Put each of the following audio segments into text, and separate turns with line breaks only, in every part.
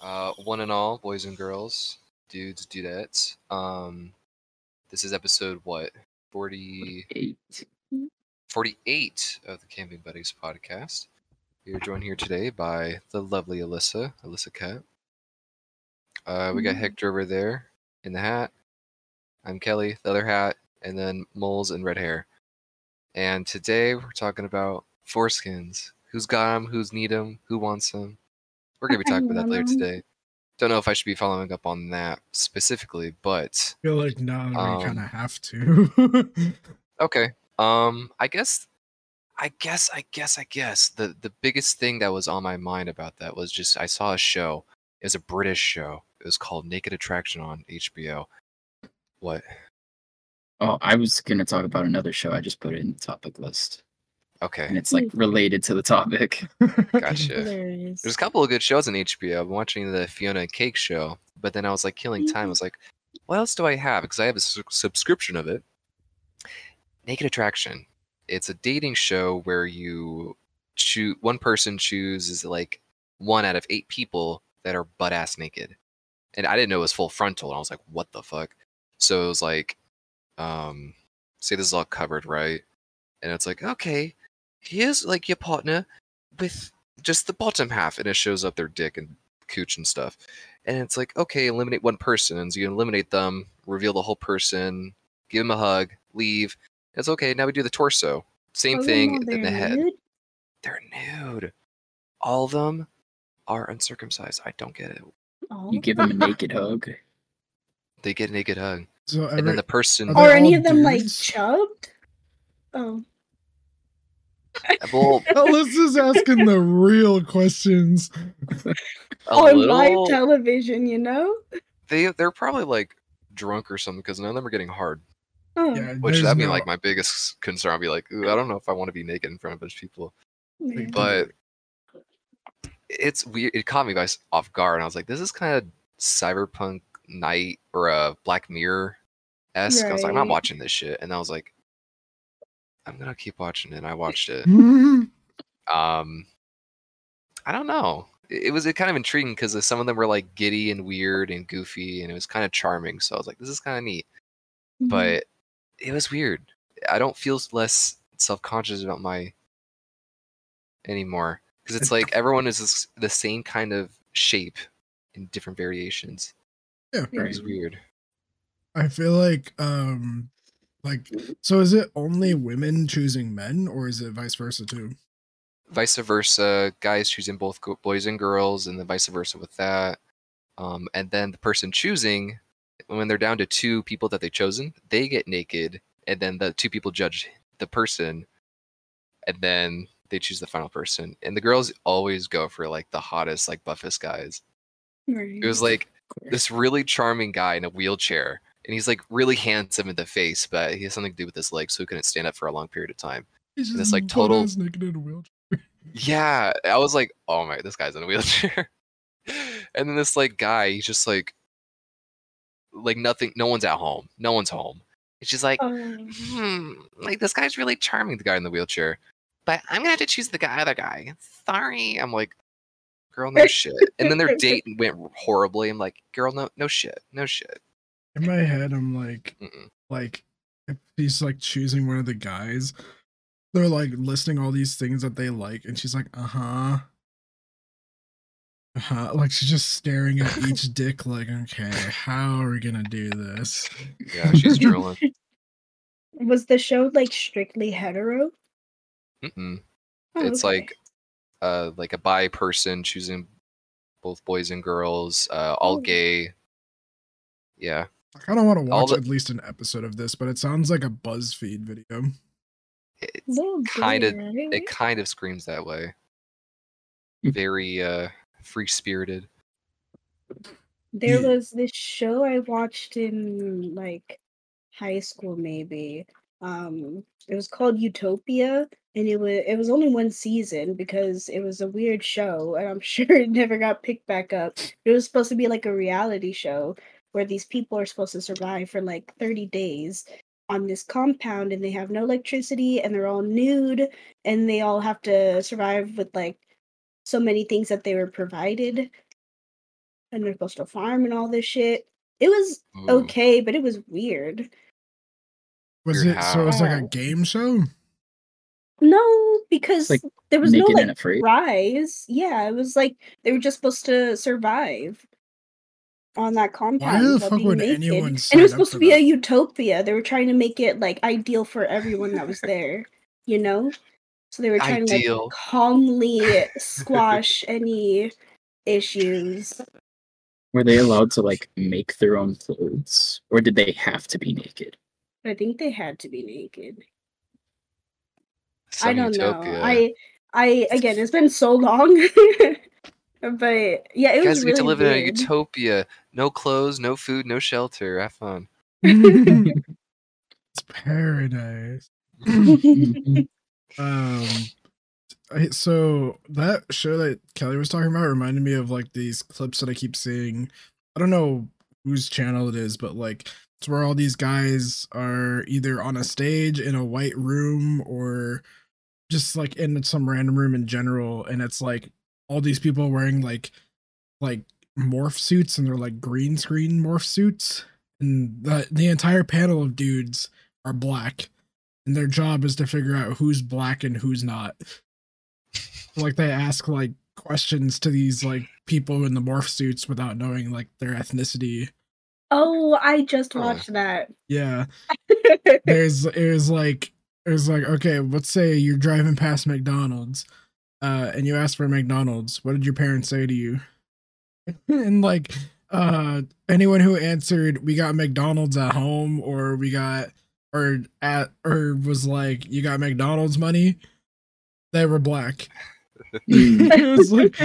Uh, one and all, boys and girls, dudes, dudettes. Um, this is episode what 40,
Eight.
48 of the Camping Buddies podcast. We are joined here today by the lovely Alyssa, Alyssa Cat. Uh, we got
Mhm.
Hector over there in the hat. I'm Kelly, the other hat, and then moles and red hair. And today we're talking about foreskins. Who's got them? Who's need them? Who wants them? We're gonna be
I
talking about that later
want 'em.
today. Don't know if I should be following up on that specifically, but
feel like no, we kind
Um,
of have to.
Okay. Um, I guess, I guess, I guess, I guess the the biggest thing that was on my mind about that was just I saw a show. It was a British show. It was called Naked Attraction on HBO. What?
Oh, I was gonna talk about another show. I just put it in the topic list, and
Okay.
it's like
Mm.
related to the topic.
Gotcha.
Hilarious.
There's a couple of good shows on HBO. I'm watching the Fiona and Cake show, but then I was like killing time. I was like, what else do I have? Because I have a su- subscription of it. Naked Attraction. It's a dating show where you choose one person chooses like one out of eight people that are butt ass naked, and I didn't know it was full frontal, and I was like, what the fuck? So it was like, um, say this is all covered, right? And it's like, okay, here's like your partner with just the bottom half, and it shows up their dick and cooch and stuff. And it's like, okay, eliminate one person. And so you eliminate them, reveal the whole person, give them a hug, leave. It's okay. Now we do the torso. Same
Oh,
thing,
no,
then the
they're
head
nude?
they're nude. All of them are uncircumcised. I don't get it.
Oh.
You give them a naked hug.
They get a naked hug,
so
and then
every,
the person.
Are
Or
they
any
all
of them like
dudes?
chubbed? Oh.
well,
Alyssa's asking the real questions.
a
on
little,
live television, you know?
they they're probably like drunk or something because none of them are getting hard.
Oh,
Yeah,
Which
there's
that'd be
no-
like my biggest concern. I'd be like, Ooh, I don't know if I want to be naked in front of a bunch of people.
man.
But it's weird. It caught me by s- off guard, and I was like, this is kind of cyberpunk night or a uh, Black Mirror esque. I was like, I'm not
Right.
watching this shit, and I was like, I'm gonna keep watching it. And I watched it. um i don't know it it was uh, kind of intriguing because some of them were like giddy and weird and goofy and it was kind of charming so i was like this is kind of neat
Mhm.
but it was weird i don't feel s- less self-conscious about my anymore because it's like everyone is this- the same kind of shape in different variations
Yeah.
it was weird
I feel like um, like so is it only women choosing men, or is it vice versa too?
vice versa guys choosing both go- boys and girls and then vice versa with that um, and then the person choosing when they're down to two people that they've chosen they get naked and then the two people judge the person and then they choose the final person and the girls always go for like the hottest like buffest guys
Mm-hmm. Right.
it was like
course.
this really charming guy in a wheelchair and he's like really handsome in the face but he has something to do with his legs so he couldn't stand up for a long period of time
It's
It's like total-
butt-ass naked in a wheelchair.
yeah, I was like, oh my, this guy's in a wheelchair. and then this like guy, he's just like, like nothing. No one's at home. No one's home. It's just like,
Oh.
hmm, like this guy's really charming. The guy in the wheelchair, but I'm gonna have to choose the guy, other guy. Sorry, I'm like, girl, no shit. And then their date went horribly. I'm like, girl, no, no shit, no shit.
In my head, I'm like,
Mm-mm.
like if he's like choosing one of the guys. They're like listing all these things that they like, and she's like, uh huh. Uh huh. Like she's just staring at each dick, like, okay, how are we gonna do this?
Yeah, she's drooling.
Was the show like strictly hetero?
Mm-mm.
Oh,
it's
okay.
like uh like a bi person choosing both boys and girls uh all
Oh.
gay yeah
I kind of want to
All
watch
the-
at least an episode of this, but it sounds like a BuzzFeed video.
it,
Little
kinda-
gay, right?
it kind of screams that way
Mm.
very uh free spirited
There
Yeah.
was this show I watched in like high school maybe. Um it was called Utopia and it was it was only one season because it was a weird show and I'm sure it never got picked back up. It was supposed to be like a reality show where these people are supposed to survive for like 30 days on this compound and they have no electricity and they're all nude and they all have to survive with like so many things that they were provided and they're supposed to farm and all this shit. It was okay, but it was weird.
Was
Weird
it so? It was like a
how.
game show.
No, because
like
there was no
Naked
like
and afraid.
rise. Yeah, it was like they were just supposed to survive on that compound.
the
while
fuck
being
would
naked.
anyone
And
sign
it
up
was supposed
for
to be
that?
a utopia. They were trying to make it like ideal for everyone that was there, you know. So they were trying to
Ideal.
like, calmly squash any issues.
Were they allowed to like make their own clothes, or did they have to be naked?
I think they had to be naked. I
Some
don't
utopia.
know. I I again, it's been so long. but yeah, it
You guys
was really
get to live in a
weird.
utopia. No clothes, no food, no shelter. Have fun.
it's paradise.
Mm-hmm.
Um, I- so that show that Kelly was talking about reminded me of like these clips that I keep seeing. I don't know whose channel it is, but like it's where all these guys are either on a stage in a white room or just like in some random room in general, and it's like all these people wearing like like morph suits and they're like green screen morph suits, and the the entire panel of dudes are black and their job is to figure out who's black and who's not. Like they ask like questions to these like people in the morph suits without knowing like their ethnicity.
Oh, I just
Huh.
watched that.
Yeah, there's it was like it was like okay, let's say you're driving past McDonald's, uh, and you ask for McDonald's. What did your parents say to you? and like uh anyone who answered we got McDonald's at home or we got or at or was like you got McDonald's money, they were black.
Mm,
it was like,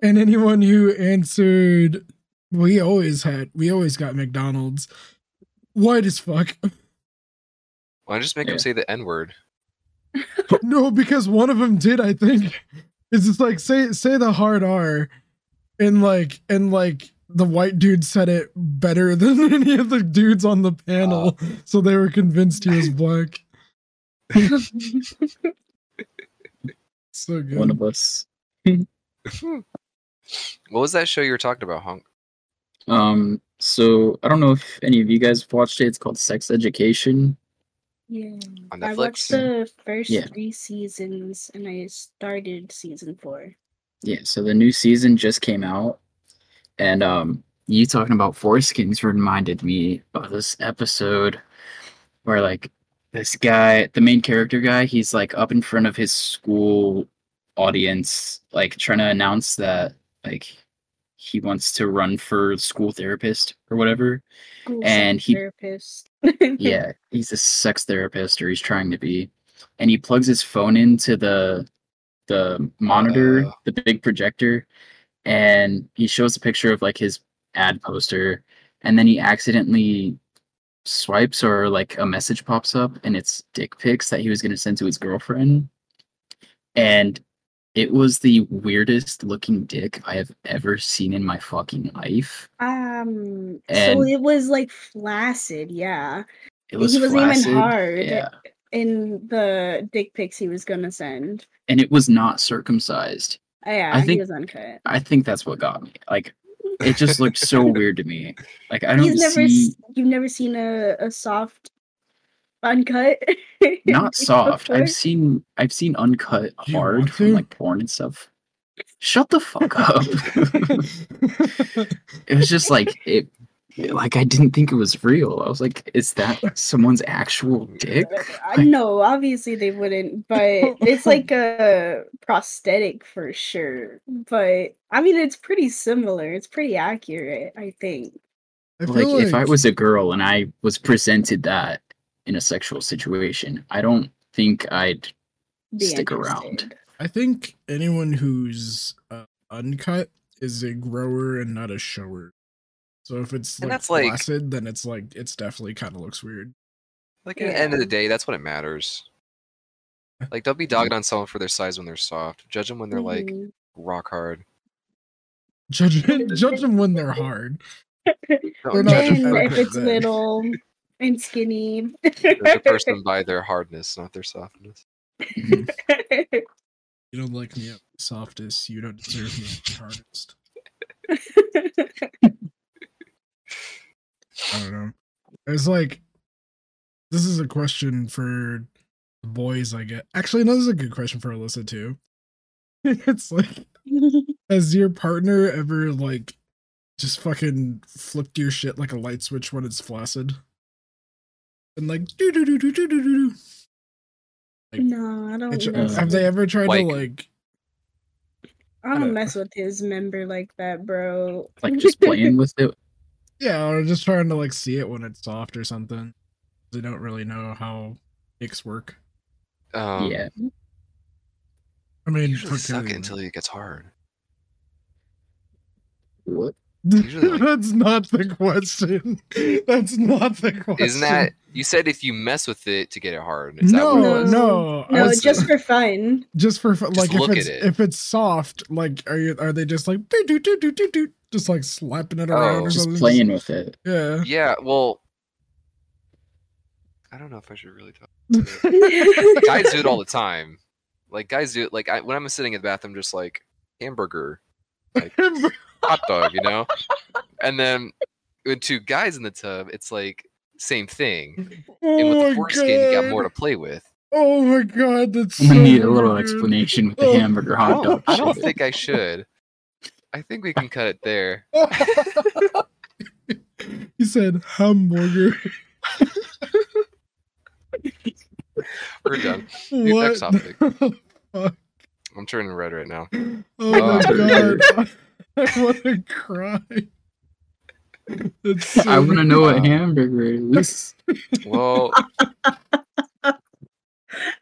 and anyone who answered, we always had, we always got McDonald's. White as fuck.
Why don't you just make
Yeah.
them say the N word?
no, because one of them did. I think it's just like say say the hard R, and like and like the white dude said it better than any of the dudes on the
Uh,
Ah.
panel, so they were convinced he was black. So good.
one of us.
What was that show you were talking about, Honk?
Um. So I don't know if any of you guys have watched it. It's called Sex Education.
yeah.
On
I
Netflix?
watched the first
Yeah.
three seasons and I started season four.
Yeah. So the new season just came out, and um, you talking about foreskins reminded me of this episode where like this guy, the main character guy, he's like up in front of his school audience, like trying to announce that like he wants to run for school therapist or whatever.
School
And
sex
he-
therapist.
yeah, he's a sex therapist or he's trying to be. And he plugs his phone into the the monitor,
Uh.
the big projector, and he shows a picture of like his ad poster and then he accidentally swipes or like a message pops up and it's dick pics that he was going to send to his girlfriend. And it was the weirdest looking dick I have ever seen in my fucking life.
Um so
And-
it was like flaccid, yeah.
It was
he wasn't
flaccid.
even hard
Yeah.
in the dick pics he was gonna send.
And it was not circumcised.
Oh, yeah,
I
he
think-
was uncut.
I think that's what got me. Like, it just looked so weird to me. Like, I don't
He's never
see
s- you've never seen a, a soft uncut.
not soft.
before?
I've seen I've seen uncut
Do you want
hard from
to?
like porn and stuff. Shut the fuck up. it was just like it. Like I didn't think it was real. I was like, is that someone's actual dick?
I
Like,
no, obviously they wouldn't, but it's like a prosthetic for sure. But I mean, it's pretty similar. It's pretty accurate, I think.
I
like,
feel
if I was a girl and I was presented that in a sexual situation, I don't think I'd.
Be
Stick around.
interested.
I think anyone who's uh, uncut is a grower and not a shower. So if it's
And
like,
that's like-
flaccid, then it's like it's definitely kind of looks weird.
Like at the end of the day, that's what it matters. Like don't be dogging on someone for their size when they're soft. Judge them when they're like
Mhm.
rock hard.
Judge judge them when they're hard.
Don't
They're not
judge
just
Then
fat
if it's
then.
little and skinny,
the person by their hardness, not their softness.
You don't like me at my softest. You don't deserve me at my hardest. I don't know. It's like this is a question for the boys, I get. Actually, no, this is a good question for Alyssa too. it's like, has your partner ever like just fucking flipped your shit like a light switch when it's flaccid? And like do do do do do do do do.
no, I
And
don't.
tr-
Mess
uh, Have they
with-
ever tried
Like-
to like
I
uh,
don't mess with his member like that, bro.
like just playing with it.
yeah, or just trying to like see it when it's soft or something? They don't really know how dicks work.
Um,
yeah,
I mean,
Usually
for
suck it
Kelly,
until it gets hard.
what?
usually, like-
That's not the question. That's not the question.
Isn't that you said if you mess with it to get it hard? Is that
no,
what it
No.
was?
no, I
No,
was-
just for fun.
just for fun,
Just
like if
look at
it's
it.
if it's soft, like are you are they just like do do do do do do, just like slapping it around
Oh.
or
Just
something?
playing with it.
Yeah.
Yeah, well, I don't know if I should really talk. Guys do it all the time. Like guys do it. Like I, when I'm sitting in the bathroom, just like hamburger, hot dog, you know. and then with two guys in the tub, it's like same thing. And with
oh
the
my
foreskin, you got more to
god!
play with.
Oh my god! That's
I'm
so
gonna need a little
weird.
explanation with the
Oh,
hamburger
I
hot
don't,
dog.
I don't
shit.
think I should. I think we can cut it there.
he said hamburger.
We're done. Dude,
what?
next topic.
the-
I'm turning red right now.
Oh my
Hamburger.
god! I want to cry. That's so
I want to know what
Wow.
hamburger is.
Well,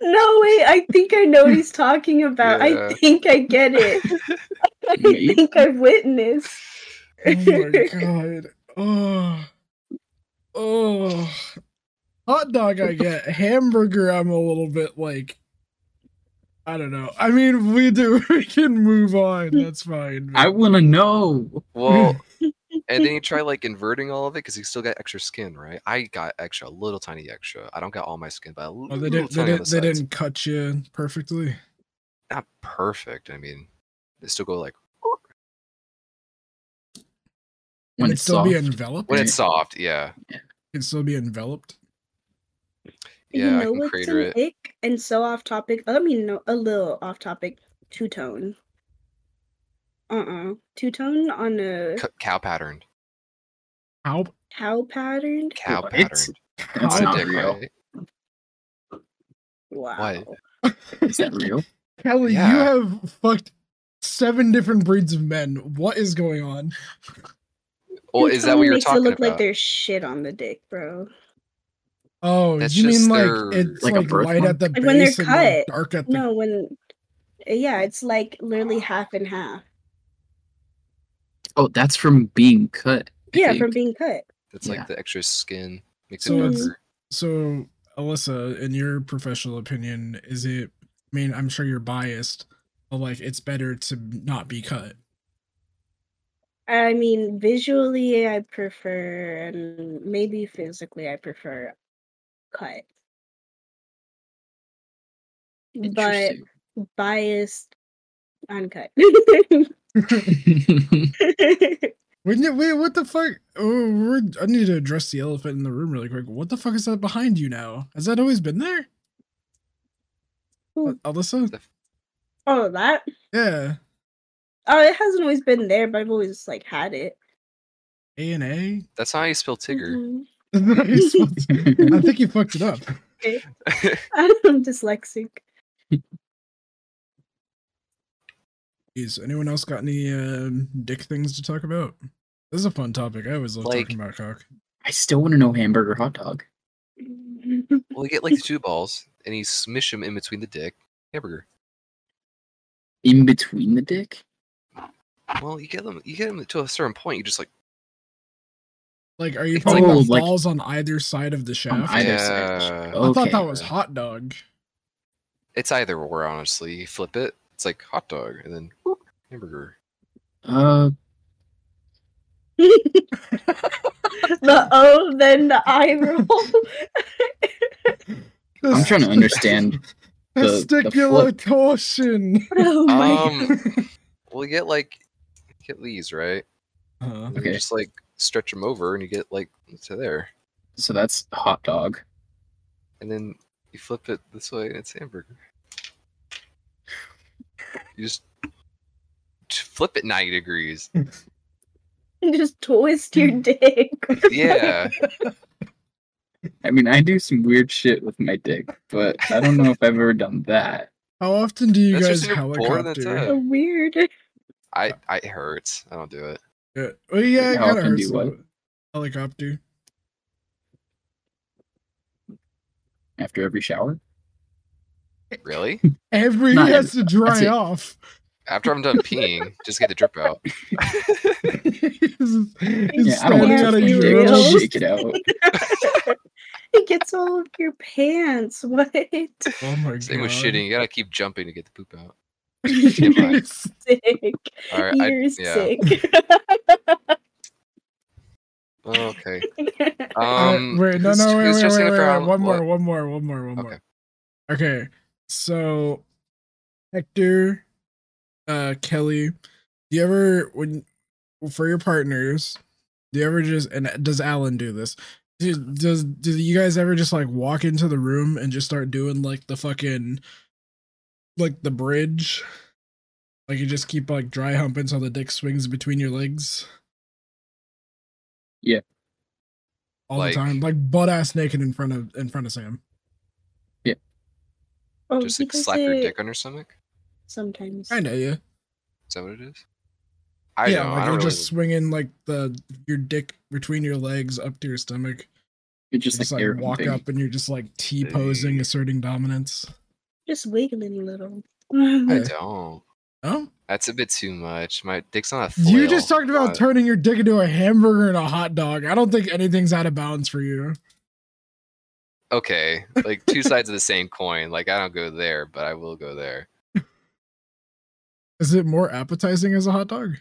No way! I think I know what he's talking about.
Yeah.
I think I get it. I
Maybe.
think I've witnessed.
Oh my god. Oh. Oh. Hot dog I get. Hamburger I'm a little bit like I don't know. I mean we do we can move on. That's fine.
I want to know.
well, and then you try like inverting all of it because you still got extra skin, right? I got extra, a little tiny extra. I don't got all my skin, but a
Oh,
little
they didn't they
tiny on the
didn't, they
sides.
didn't cut you perfectly.
Not perfect. I mean, they still go like
When
Can it
it's
still
soft.
be enveloped?
when
Can
it's soft. Yeah,
it still be enveloped?
Yeah, I
you know
can
what's
crater
an
it.
ick and so off topic. I mean, no, a little off topic. Two tone. Uh uh Two tone on a
C- cow patterned.
How
cow patterned.
Cow
What?
patterned.
That's
on a
not
dick,
real.
right?
Wow.
Is that real?
Kelly, you
Yeah.
have fucked seven different breeds of men. What is going on?
Well,
Two
is that what
tone
you're
makes
talking
it look
about?
like there's shit on the dick, bro.
Oh,
That's
you mean
just
like
their-
it's
Like
like,
a
light at
birthmark?
the
Like
base
when they're
and like,
cut.
dark at the
No, when yeah, it's like literally half and half.
Oh, that's from being cut. I
Yeah,
think.
from being cut.
That's
Yeah.
like the extra skin makes
So
it
it's-
darker.
So, Alyssa, in your professional opinion, is it? I mean, I'm sure you're biased, but like, it's better to not be cut.
I mean, visually, I prefer, and maybe physically, I prefer cut. But
Interesting.
biased, uncut.
Wait, no, wait, what the fuck? Oh, we're, I need to address the elephant in the room really quick. What the fuck is that behind you now? Has that always been there?
Who?
Al- Alyssa?
oh, that.
Yeah.
Oh, it hasn't always been there, but I've always like had it.
A and A?
That's how you spell Tigger.
Mhm.
I think you fucked it up.
I'm dyslexic.
Jeez, anyone else got any um, dick things to talk about? This is a fun topic. I always love
Like-
talking about cock.
I still want to know hamburger hot dog.
well, you get like the two balls, and you smish them in between the dick. Hamburger.
In between the dick?
Well, you get them. You get them to a certain point. You just like
Like, are you
It's
putting
like-
the
Oh, like-
balls on either side of the shaft?
On either side.
yeah.
Oh.
I thought
Okay.
that was hot dog.
It's either or, honestly. You flip it, it's like hot dog, and then whoop, hamburger.
Uh,
the O, then the eye roll.
I'm trying to understand. the- the
Testicular
flip.
torsion.
oh my
um, we'll get like you get these right.
Uh-huh.
And You
Okay.
just like stretch them over, and you get like to there,
So that's hot dog.
and then you flip it this way, and it's hamburger. You just t- flip it ninety degrees.
Just twist your dick.
Yeah,
I mean, I do some weird shit with my dick, but I don't know if I've ever done that.
How often do you
That's
guys
just your board, that's
helicopter?
it.
so weird.
I, I it hurts. I don't do it.
Yeah. Well, yeah, it
How
kind of
often
hurts.
do
a
what?
little bit. Helicopter.
After every shower,
Really?
Every
Not
he has to dry
it.
off.
After I'm done peeing, just get the drip out.
yeah,
yeah, I don't want to
standing out
touch
of
my dick.
your drills.
Just shake it out.
It gets all of your pants. What?
Oh my god.
Same with shitting. You gotta keep jumping to get the poop out.
You're sick.
All right. I,
You're
yeah. Oh, okay.
sick.
Uh,
Um.
wait, no,
who's-
no, wait,
who's
wait, wait,
dressing
wait,
up for
wait,
Halloween?
one more,
What?
one more, one more, one
Okay.
more. Okay, so Hector, uh, Kelly, do you ever when for your partners? Do you ever just and does Alan do this? Do, does do you guys ever just like walk into the room and just start doing like the fucking like the bridge? Like you just keep like dry humping so the dick swings between your legs.
Yeah.
All
Like-
the time. Like butt ass naked in front of in front of Sam.
oh,
Just
he
like
does
slap your
it
dick on her stomach.
Sometimes.
I know you.
Is that what it is? I
yeah,
don't.
like
I
you're
don't really.
just swinging like the your dick between your legs up to your stomach.
It
Just,
just,
just
like,
like
air
walk
humping.
up and you're just like T posing,
Hey.
asserting dominance.
Just wiggling a little.
I
Yeah.
don't.
Oh,
That's a bit too much. My dick's not a flail.
oh
you just talked about
Uh,
turning your dick into a hamburger and a hot dog. I don't think anything's out of bounds for you.
okay, like two sides of the same coin. Like I don't go there, but I will go there.
Is it more appetizing as a hot dog?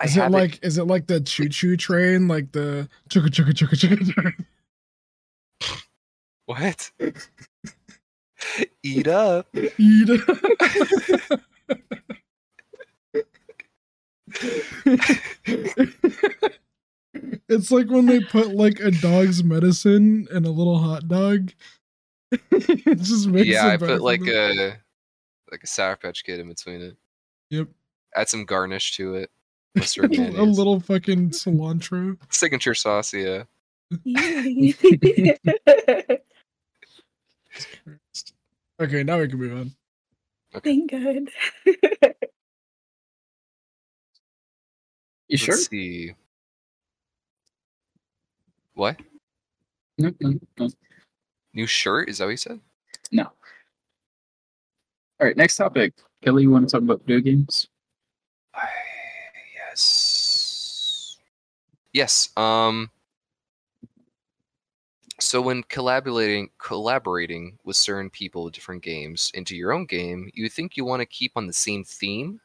I
Is it
haven't-
like is it like the choo choo train, like the chugga chugga chugga chugga train?
what? Eat up.
Eat it. it's like when they put like a dog's medicine in a little hot dog. it just makes
yeah,
it
I
better
put
for
like
them.
a like a sour patch kid in between it.
Yep.
Add some garnish to it. Mustard
a
mayonnaise.
little fucking cilantro.
signature sauce, yeah.
Thank
Okay, now we can move on.
God.
You sure?
Let's see. What?
No, no, no.
New shirt? Is that what you said?
no. All right, next topic. Kelly, you want to talk about video games?
yes. Yes. Um. So when collaborating collaborating with certain people with different games into your own game, you think you want to keep on the same theme,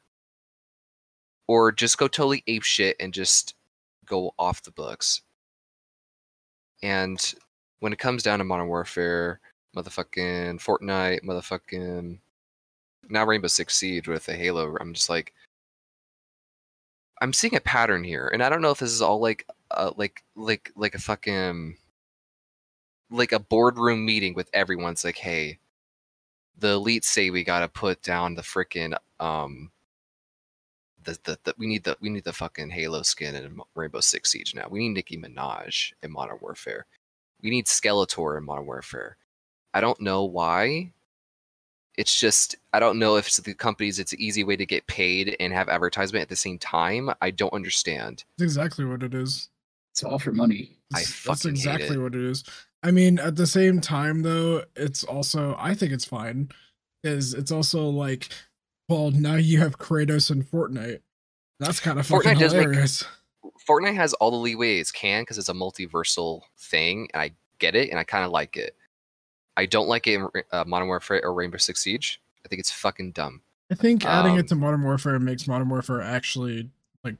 or just go totally ape shit and just go off the books. And when it comes down to Modern Warfare, motherfucking Fortnite, motherfucking now Rainbow Six Siege with the Halo, I'm just like, I'm seeing a pattern here, and I don't know if this is all like, uh, like, like, like a fucking, like a boardroom meeting with everyone's like, hey, the elites say we gotta put down the frickin' um, the, the the we need the we need the fucking Halo skin in Rainbow Six Siege now. We need Nicki Minaj in Modern Warfare. We need Skeletor in Modern Warfare. I don't know why. It's just I don't know if it's the companies. It's an easy way to get paid and have advertisement at the same time. I don't understand.
That's exactly what it is.
It's all for money.
I
That's- that's
fucking hate
exactly
it.
what it is. I mean, at the same time, though, it's also I think it's fine, is it's also like, well, now you have Kratos and Fortnite. That's kind of fucking
Fortnite does make-
hilarious.
Fortnite has all the leeway it can because it's a multiversal thing, and I get it, and I kind of like it. I don't like it in uh, Modern Warfare or Rainbow Six Siege. I think it's fucking dumb.
I think adding
um,
it to Modern Warfare makes Modern Warfare actually like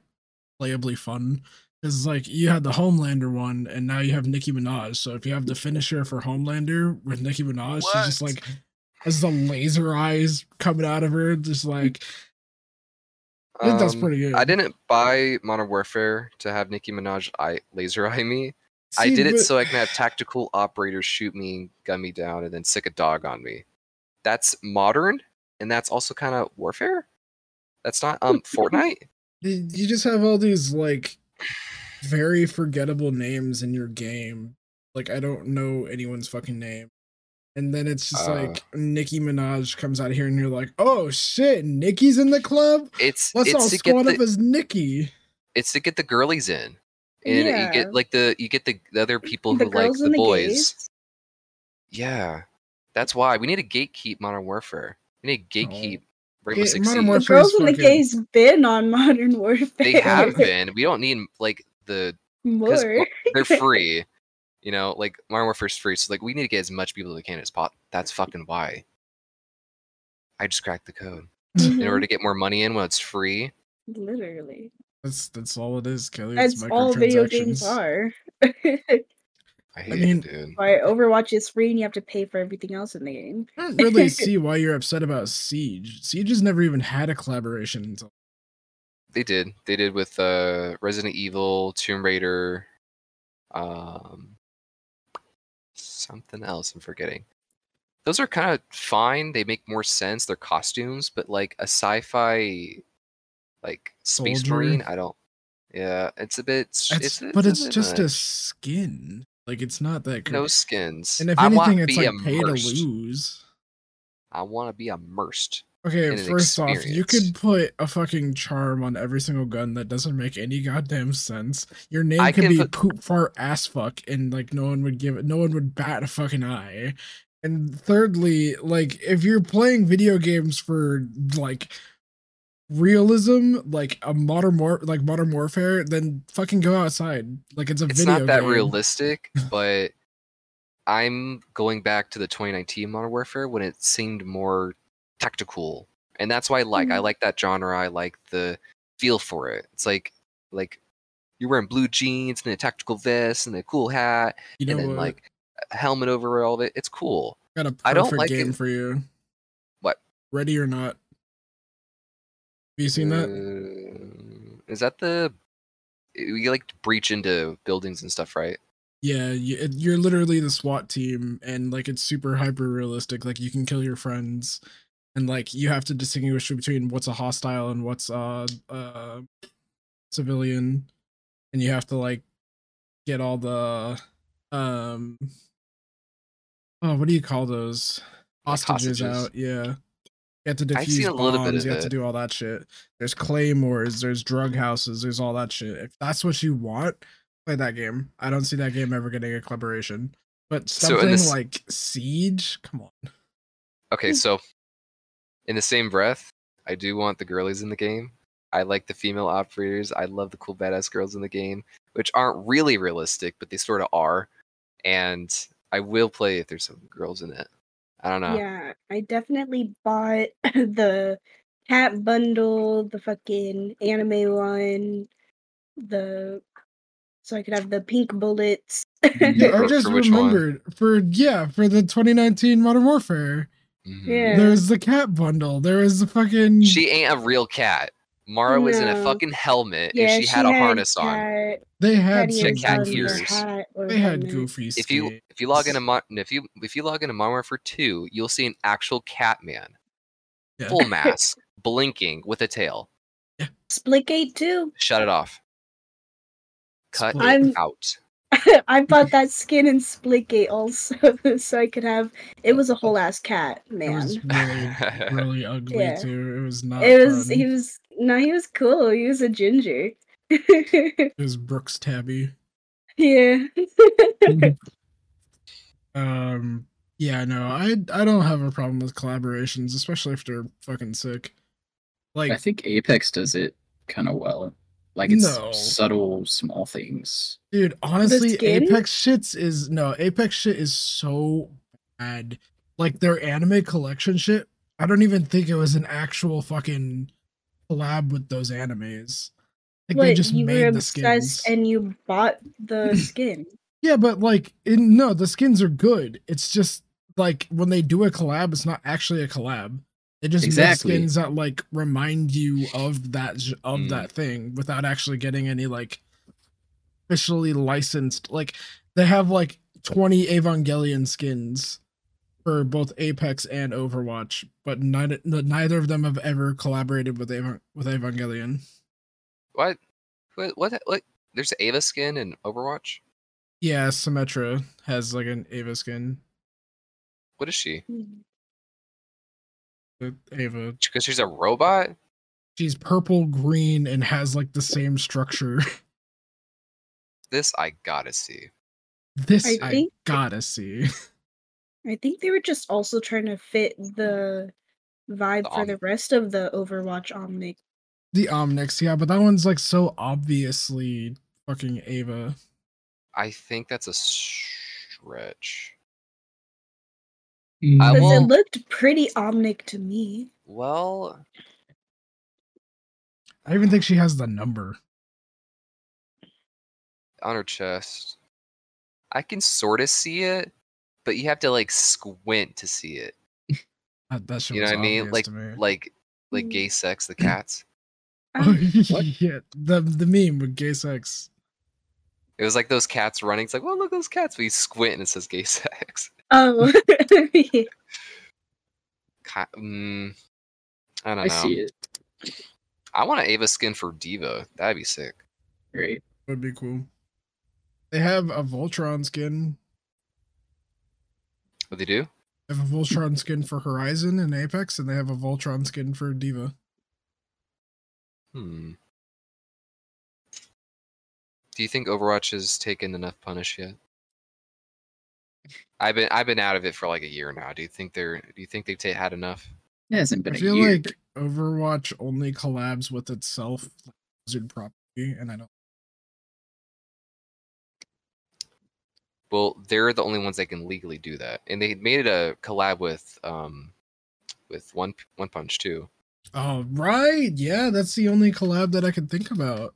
playably fun. Because like you had the Homelander one, and now you have Nicki Minaj. So if you have the finisher for Homelander with Nicki Minaj, she's just
What?
like has the laser eyes coming out of her, just like I think that's
Um,
pretty good.
I didn't buy Modern Warfare to have Nicki Minaj eye, laser eye me. I
See,
did it
but-
so I can have tactical operators shoot me, and gun me down, and then sick a dog on me. That's modern, and that's also kind of warfare. That's not um Fortnite.
You you just have all these like very forgettable names in your game. Like I don't know anyone's fucking name. And then it's just
Uh.
like Nicki Minaj comes out here and you're like, oh shit, Nicki's in the club?
It's
Let's all
it's to get
squad up
the
as Nicki.
it's to get the girlies in, and you
Yeah.
get like the you get the, the other people
the
who like
girls
the
and the
boys.
gays.
Yeah, that's why we need to gatekeep Modern Warfare. We need to
Oh.
gatekeep Rainbow
Yeah,
Six
Modern
Siege.
The
Warfare's
girls and the
fucking-
gays been on Modern Warfare.
They have been. We don't need like the
more.
'cause they're free. You know, like Modern Warfare's free, so like we need to get as much people as we can as pot. That's fucking why. I just cracked the code in
Mm-hmm.
order to get more money in when it's free.
Literally,
That's that's all it is, Kelly. It's
that's all video games
microtransactions.
are.
I hate
mean-
it, dude.
Why Overwatch is free and you have to pay for everything else in the game.
I don't really see why you're upset about Siege. Siege has never even had a collaboration until
They did. They did with uh Resident Evil, Tomb Raider, um something else I'm forgetting. Those are kind of fine. They make more sense. They're costumes, but like a sci-fi like space
Soldier.
marine, I don't yeah, it's a bit s-
That's-
it's, a-
but
a
it's
bit
just a
much.
skin. Like it's not that
no
crazy.
skins.
And if
I want
anything,
to
it's
be
like pay to
immersed.
lose.
I want to be immersed.
Okay,
and an
first off, you
experience.
could put a fucking charm on every single gun that doesn't make any goddamn sense. Your name
I
could
can
be
put-
poop fart ass fuck, and like no one would give it, no one would bat a fucking eye. And thirdly, like if you're playing video games for like realism, like a modern war, like modern warfare, then fucking go outside. Like it's a
It's
video.
not that
game.
realistic, but I'm going back to the 2019 Modern Warfare when it seemed more tactical, and that's why I like I
Hmm.
Mhm.
like that genre. I like the feel for it. It's like like you're wearing blue jeans and a tactical vest and a cool hat
You know
and then
what?
like a helmet over all of it. It's cool.
Got a perfect
I don't like
game
it-
for you.
What?
Ready or not? Have you seen
Mm,
that?
Uh, is that the you like to breach into buildings and stuff, right?
Yeah, you, it, you're literally the SWAT team, and like it's super hyper realistic. Like you can kill your friends, and like you have to distinguish between what's a hostile and what's a uh, uh, civilian, and you have to like get all the um, oh, what do you call those
Like
hostages,
hostages?
out? Yeah, you have to
I've
defuse
seen a
bombs.
little bit of
you have to
it.
do all that shit. There's claymores. There's drug houses. There's all that shit. If that's what you want play that game. I don't see that game ever getting a collaboration. But
So in
something
this-
like Siege, come on.
Okay,
Mm.
so in the same breath, I do want the girlies in the game. I like the female operators. I love the cool badass girls in the game, which aren't really realistic, but they sort of are. And I will play if there's some girls in it. I don't know.
Yeah, I definitely bought the hat bundle, the fucking anime one, the so I could have the pink bullets.
Yeah,
I
for-
just
for which one?
remembered for yeah for the 2019 Modern Warfare.
Mhm.
Yeah.
There's the cat bundle. There is the fucking.
She ain't a real cat. Mara was in a
No.
fucking helmet
yeah,
and she had a harness on.
cat
they had
panties
some
She had cat
on
goofy-
the
ears.
hat or
They had
helmet.
goofy.
If you if you log into Mon- if you if you log into Modern Warfare 2, you'll see an actual cat man.
Yeah.
Full mask, blinking with a tail.
Splitgate too.
Shut it off. Cut
Split.
I'm-
it out.
I bought that skin in Splitgate also, so I could have. It was a whole ass cat,
It
man.
was really really ugly
Yeah.
too. It was not.
It was
fun.
he was no, he was cool. He was a ginger. yeah.
It was Brooks Tabby. Um. Yeah. No. I I don't have a problem with collaborations, especially if they're fucking sick. Like
I think Apex does it kind of well. Like it's
No.
subtle, small things.
Dude, honestly,
skin?
Apex shits is no Apex shit is so bad. Like their anime collection shit, I don't even think it was an actual fucking collab with those animes. Like they
What,
just
you were
made the
obsessed
skins.
and you bought the skin.
yeah, but like in, no, the skins are good. It's just like when they do a collab, it's not actually a collab. It just
Exactly.
makes skins that like remind you of that j- of
Mm.
that thing without actually getting any like officially licensed. Like they have like twenty Evangelion skins for both Apex and Overwatch, but neither neither of them have ever collaborated with Evan, with Evangelion.
What? What? What? what? There's Ava skin in Overwatch.
Yeah, Symmetra has like an Ava skin.
What is she?
with Ava,
Because she's a robot.
she's purple green and has like the same structure.
This I gotta see.
This
I
I,
think-
gotta see.
I think they were just also trying to fit the vibe for
Om-
the rest of the Overwatch Omnic.
The Omnix, yeah, but that one's like so obviously fucking Ava.
I think that's a stretch. I
Mm.
Because
will-
it looked pretty Omnic to me.
Well,
I even think she has the number.
on her chest, I can sort of see it, but you have to like squint to see it.
That, that shit
You know
was
what I mean?
obvious
Like,
to me.
like, like gay sex, the cats.
Um,
yeah, the the meme with gay sex.
It was like those cats running. It's like, well, look at those cats. But you squint and it says gay sex.
oh,
Ki- mm, I don't know.
I see it.
I want an Ava skin for Diva. That'd be sick.
Great.
Would be cool. They have a Voltron skin.
What they do?
They have a Voltron skin for Horizon and Apex, and they have a Voltron skin for Diva.
Hmm. Do you think Overwatch has taken enough punish yet? I've been I've been out of it for like a year now. Do you think they're Do you think they've ta had enough?
It hasn't been
I
a
feel
year.
like Overwatch only collabs with itself, like, Blizzard property, and I don't.
Well, they're the only ones that can legally do that, and they made it a collab with um with one P- One Punch too.
Oh right, yeah, that's the only collab that I can think about.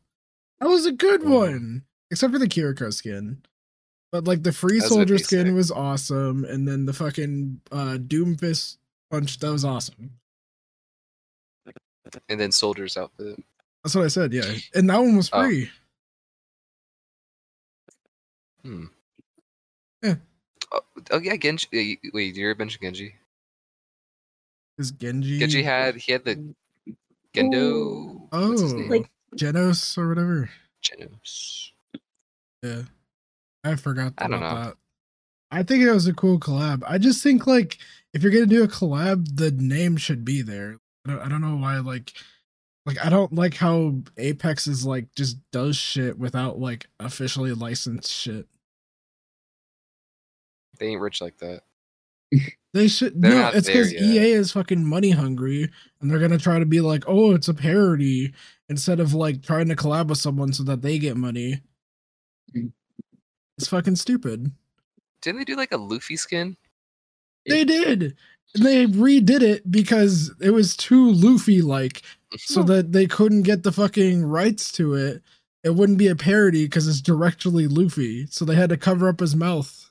That was a good
Mhm.
one, except for the Kiriko skin. But like the Free
That's what
Soldier
they
skin
say.
was awesome, and then the fucking uh, Doomfist punch that was awesome.
And then Soldier's outfit.
That's what I said, yeah. And that one was
Oh.
free.
Oh yeah, Genji. uh, y- Wait, you ever mention Genji?
Is Genji?
Genji had he had the Gendo.
oh,
what's his name?
Like-
Genos or whatever.
Genos.
Yeah. I forgot
I don't
about
know.
that. I think it was a cool collab. I just think like if you're gonna do a collab, the name should be there. I don't, I don't know why like like I don't like how Apex is like just does shit without like officially licensed shit.
They ain't rich like that.
They should
They're
no,
not
it's
there
because
yet.
EA is fucking money hungry and they're gonna try to be like, oh, it's a parody instead of like trying to collab with someone so that they get money.
Mm.
It's fucking stupid.
Didn't they do like a Luffy skin?
They did. And they redid it because it was too Luffy like, so that they couldn't get the fucking rights to it. It wouldn't be a parody because it's directly Luffy. So they had to cover up his mouth.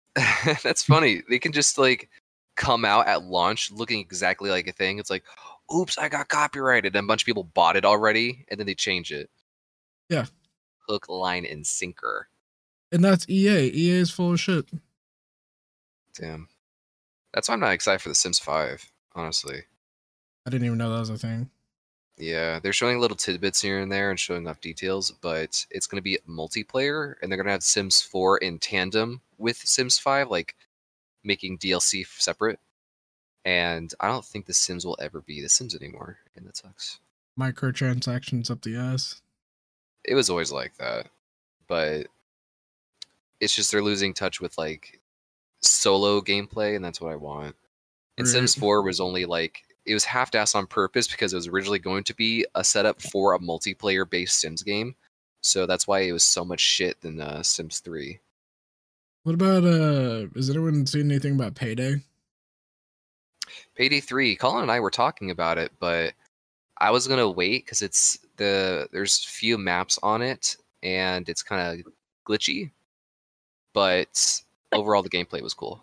That's funny. They can just like come out at launch looking exactly like a thing. It's like, oops, I got copyrighted. And a bunch of people bought it already, and then they change it.
Yeah.
Hook, line, and sinker.
And that's E EA. EA is full of shit.
Damn. That's why I'm not excited for The Sims 5, honestly.
I didn't even know that was a thing.
Yeah, they're showing little tidbits here and there and showing off details, but it's going to be multiplayer, and they're going to have Sims 4 in tandem with Sims 5, like making DLC f- separate. And I don't think The Sims will ever be The Sims anymore, and that sucks.
Microtransactions up the ass.
It was always like that, but it's just they're losing touch with like solo gameplay, and that's what I want. And Sims
Right.
4 was only like it was half assed on purpose because it was originally going to be a setup for a multiplayer based Sims game. So that's why it was so much shit than uh, Sims 3.
What about uh? Has anyone seen anything about Payday?
Payday 3, Colin and I were talking about it, but I was gonna wait because it's the there's few maps on it and it's kind of glitchy, but overall the gameplay was cool.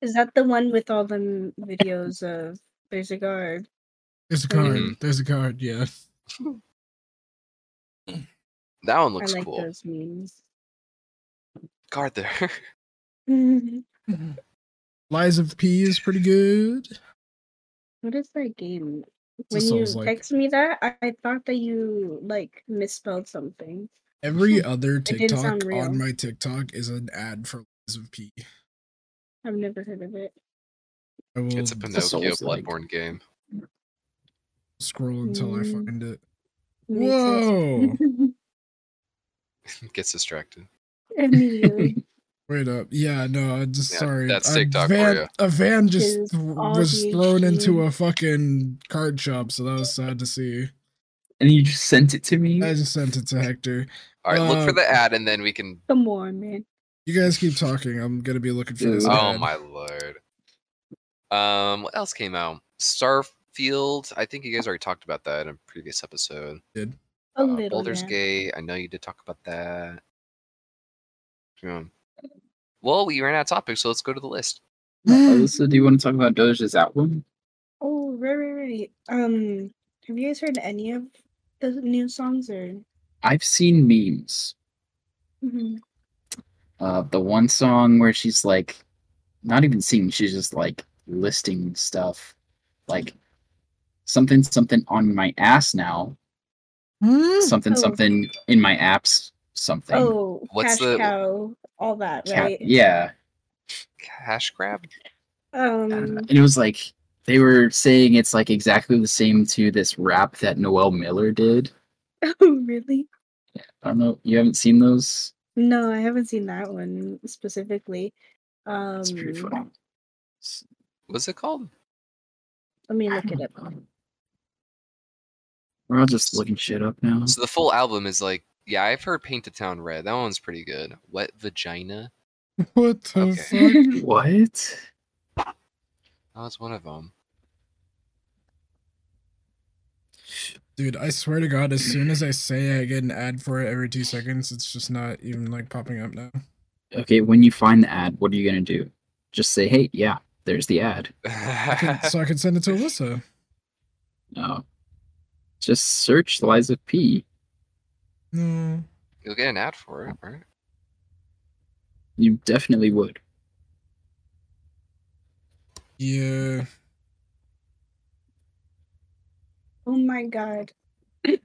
Is that the one with all the videos of there's a guard?
There's a
Oh,
card.
really?
There's a card. Yeah.
That one
I
looks
like
cool.
those memes.
Guard there.
what
Lies of P is pretty good.
is that game?
a
when you
Souls-like.
text me that, I-, I thought that you like misspelled something.
Every other
didn't
TikTok
sound real.
on my TikTok is an ad for Lies of P.
I've never heard of it.
Mm, I will
It's a Pinocchio
Souls-like.
Bloodborne game.
scroll until I
Mm.
find it.
Makes sense.
Whoa!
Gets distracted.
Immediately.
Wait up. Yeah, no, I'm just
Yeah,
sorry.
that's
a
TikTok for
van,
ya.
A van just
Is
th-
all
was
the
thrown into
HDMI.
a fucking card shop, so that was sad to see.
And you just sent it to me.
I just sent it to Hector.
All right, look for
Uh,
the ad and then we can.
Come on, man.
You guys keep talking. I'm gonna be looking for this.
Dude.
Oh
ad.
my lord. Um, what else came out? Starfield. I think you guys already talked about that in a previous episode.
Did.
A
uh,
little.
Baldur's
yeah.
Gate. I know you did talk about that. Hmm. Well, we ran out of topics, so let's go to the list.
Alyssa, do you want to talk about Doja's album?
Oh, right, right, right. Um, have you guys heard any of the new songs or?
I've seen memes.
Mhm.
Uh, the one song where she's like, not even singing, she's just like listing stuff, like something something on my ass now, something
Oh.
something in my apps, something.
Oh,
What's
Cash
the-
Cow, all that,
Ca-
right?
Yeah,
Cash grab.
Um,
and it was like they were saying it's like exactly the same to this rap that Noel Miller did.
really?
I don't know. You haven't seen those?
No, I haven't seen that one specifically. Um,
It's pretty funny.
What's it called?
Mm-hmm. let me look it up.
We're all just looking shit up now.
So the full album is like, yeah, I've heard Paint the Town Red. That one's pretty good. Wet Vagina.
What the
Okay.
fuck?
What?
That was one of them.
Dude, I swear to God, as soon as I say I get an ad for it every two seconds, it's just not even like popping up now.
Okay, when you find the ad, what are you gonna do? Just say, "Hey, yeah, there's the ad."
Can- so I can send it to Alyssa.
No, just search Liza P.
No.
You'll get an ad for it, right?
You definitely would.
Yeah.
Oh my god. I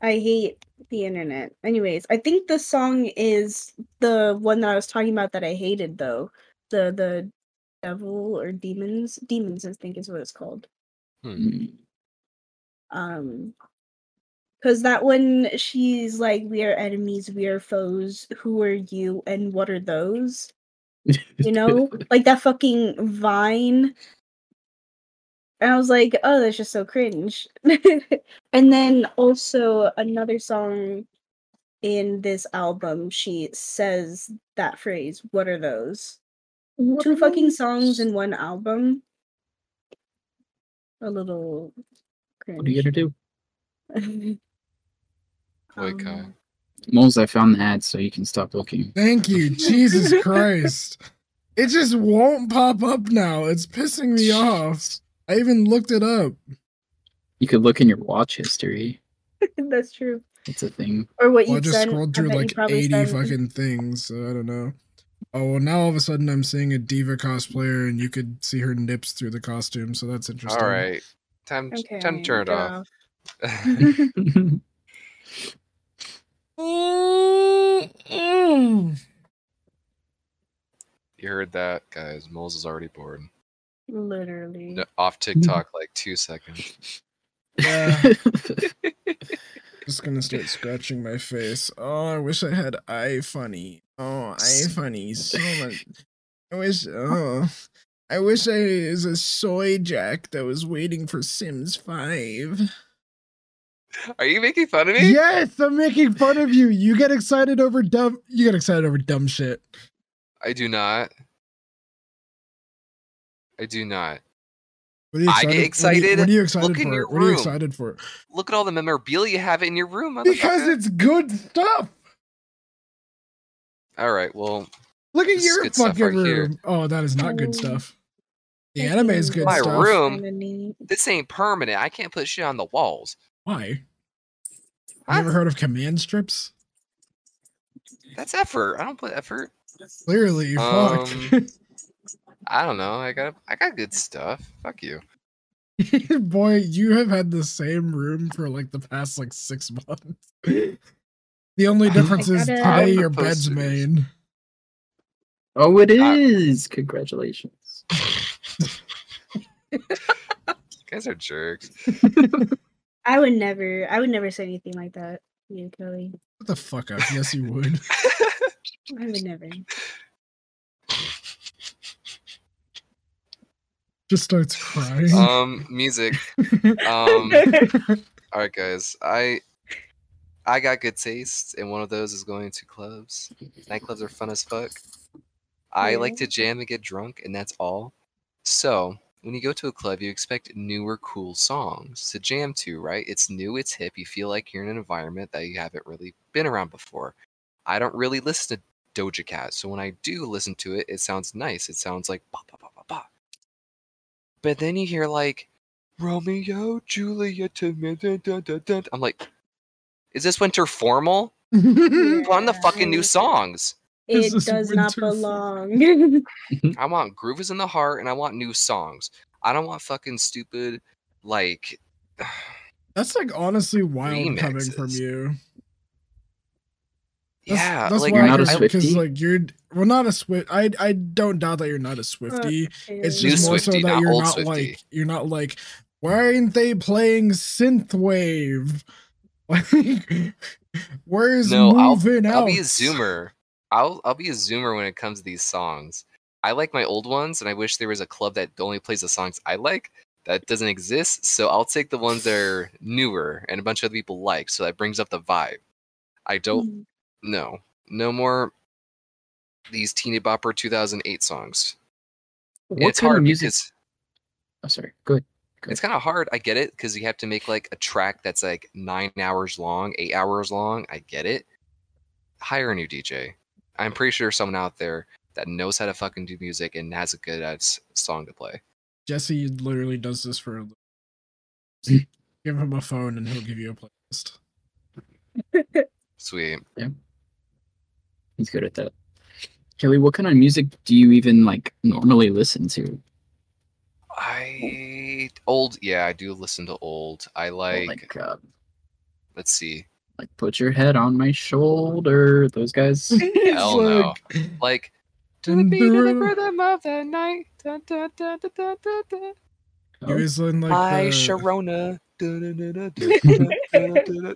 hate the internet. Anyways, I think the song is the one that I was talking about that I hated though. The the devil or demons. Demons I think is what it's called.
Hmm.
Mm.
Um because that one she's like we are enemies, we are foes, who are you and what are those? You know? like that fucking vine. And I was like, oh, that's just so cringe. and then also another song in this album, she says that phrase, what are those? Two fucking songs in one album. A little cringe.
What are you gonna do?
Boy, Kai.
Um,
Moles, I found the ad, so you can stop looking.
Thank you, Jesus Christ. It just won't pop up now. It's pissing me off. I even looked it up.
You could look in your watch history.
uh,
that's true.
It's a thing.
Or what
Well, I
you
just
said.
scrolled through like 80 fucking things, so I don't know. Oh, well, now all of a sudden I'm seeing a diva cosplayer and you could see her nips through the costume, so that's
All
interesting.
right. Time, time to turn it off. you heard that, guys. Moles is already bored.
Literally.
No, off
Mm-hmm.
TikTok like two seconds.
Yeah. Just gonna start scratching my face. Oh, I wish I had iFunny. Oh, iFunny so much. I wish. Oh, I wish I is a soy jack that was waiting for Sims Five.
Are you making fun of me?
Yes, I'm making fun of you. You get excited over dumb. You get excited over dumb shit.
I do not. I do not.
What are you
I get excited.
What are you, what are you excited
Look in
for?
your
What are you
room.
excited for?
Look at all the memorabilia you have in your room.
Because
motherfucker.
it's good stuff.
All right. Well,
Look at
This is
your
good stuff
fucking
right
room.
here.
Oh, that is not
Oh.
good stuff. The
Thank
anime
you.
is good
My
stuff.
room-
Kinda neat.
This ain't permanent. I can't put shit on the walls.
Why?
Huh?
You ever heard of command strips?
That's effort. I don't put effort.
Clearly, fuck.
Um, I don't know. I got I got good stuff. Fuck you.
Boy, you have had the same room for like the past like six months. The only
I
difference is
gotta-
today your
Proper
bed's
posters.
main.
Oh, it
I-
is. Congratulations.
You guys are jerks.
I would never. I would never say anything like that. to You Kelly.
What the fuck up? Yes, you would.
I would never.
Just starts crying.
um, music. Um, all right, guys. I I got good taste, and one of those is going to clubs. Nightclubs are fun as fuck. I like to jam and get drunk, and that's all. So, when you go to a club, you expect newer, cool songs to jam to, right? It's new, it's hip. You feel like you're in an environment that you haven't really been around before. I don't really listen to Doja Cat, so when I do listen to it, it sounds nice. It sounds like ba ba ba ba ba. But then you hear like Romeo, Juliet, dun, dun, dun, dun, dun. I'm like, is this winter formal? Put on the fucking new
Yeah.
songs.
This
It
is
does not
winter for-
belong.
I want grooves in the heart and I want new songs. I don't want fucking stupid like
That's like honestly wild coming from
Remixes.
you. That's,
yeah,
that's
like
why
You're not a
I just because
Swiftie?
like you're well not a Swift. I I don't doubt that you're
Uh,
not a Swifty. It's
New
just more so
Swiftie,
that
not
you're
old
not
Swiftie.
like you're not like why aren't they playing synthwave? Like where's
No, I'll-
moving out?
I'll be a zoomer. I'll I'll be a zoomer when it comes to these songs. I like my old ones and I wish there was a club that only plays the songs I like. That doesn't exist, so I'll take the ones that are newer and a bunch of other people like, so that brings up the vibe. I don't know. No more these Teeny Bopper 2008 songs. And
what
it's
kind
hard
of music?
because
Oh, sorry. Go ahead.
It's kind of hard. I get it because you have to make like a track that's like nine hours long, eight hours long. I get it. Hire a new DJ. I'm pretty sure someone out there that knows how to fucking do music and has a good ass song to play.
Jesse literally does this for a living. give him a phone and he'll give you a playlist.
Sweet.
He's good at that. Kelly, what kind of music do you even like normally listen to?
I old. Yeah, I do listen to old. I like.
like, uh,
let's see.
like put your head on my shoulder. Those guys.
Hell no. Like. To the
Dun,
beat of the
dun, dun.
rhythm of the night. Dun, dun, dun, dun, dun, dun, dun.
He was in like
By
the,
Sharona. Dun, dun, dun, dun, dun, dun, dun, dun,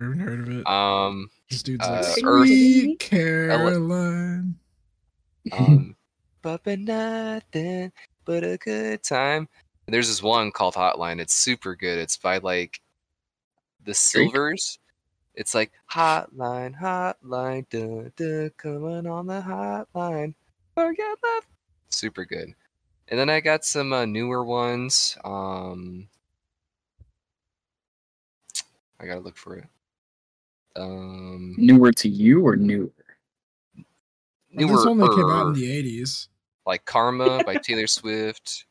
I haven't heard of it.
dun. Um.
this dude's
uh,
like
Earth-
Sweet Caroline.
um, but but nothing but a good time. And there's this one called Hotline. It's super good. It's by like the Silvers. It's like Hotline, Hotline, duh, duh, coming on the Hotline. Forget that. Super good. And then I got some uh, newer ones. Um, I gotta look for it. Um,
Newer to you or newer?
Well, this
newer-
only came out
er.
in the eighties.
like Karma by Taylor Swift.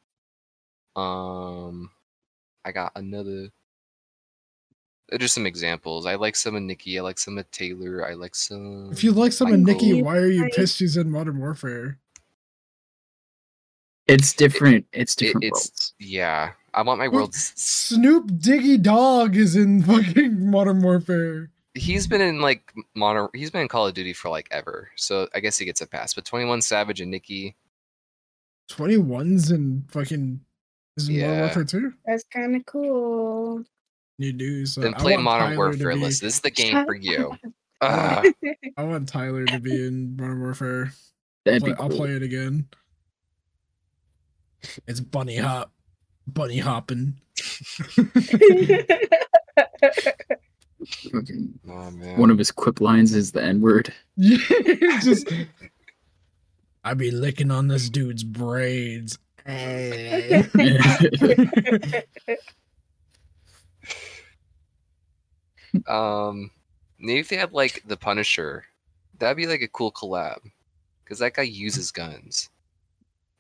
Um, I got another. They're just some examples. I like some of Nicki. I like some of Taylor. I like some.
If you like some of Nikki,
Michael.
why are you
Right.
pissed she's in Modern Warfare?
It's different. it's
it-
different
it's-
worlds.
yeah, I want my
Well,
world. s-
Snoop Diggy Dog is in fucking Modern Warfare.
He's been in like modern. He's been in Call of Duty for like ever, so I guess he gets a pass. But Twenty One Savage and Nicki,
Twenty ones in fucking is in Modern
Yeah.
Warfare too.
That's kind of cool.
You do so.
then
I
play
want
Modern
Tyler to
Warfare.
be-
Listen, this is the game
Shut
for you.
up.
Ugh.
Uh, I want Tyler to be in Modern Warfare.
That'd
Play-
be
I'll
cool.
play it again. It's bunny hop, bunny hopping.
Fucking-
Oh, man.
One of his quip lines is the N word.
Yeah, just I be licking on this dude's braids. Hey.
Um, maybe if they had like the Punisher, that'd be like a cool collab. because that guy uses guns.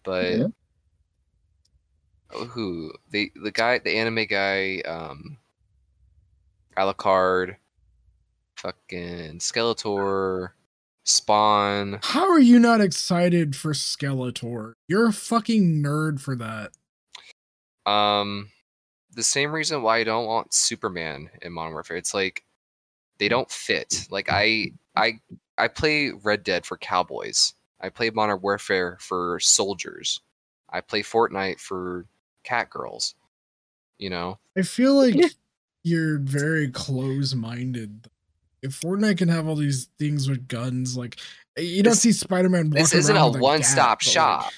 But
Yeah.
oh, who the the guy, the anime guy, um, Alucard, fucking Skeletor, Spawn.
How are you not excited for Skeletor? You're a fucking nerd for that.
Um, the same reason why I don't want Superman in Modern Warfare. It's like they don't fit. Like I, I, I play Red Dead for cowboys. I play Modern Warfare for soldiers. I play Fortnite for cat girls. You know,
I feel like you're very close-minded. If Fortnite can have all these things with guns, like eh, you don't
This-
see Spider-Man.
this
walking
isn't a
around with
one-stop
gat, but, like,
shop.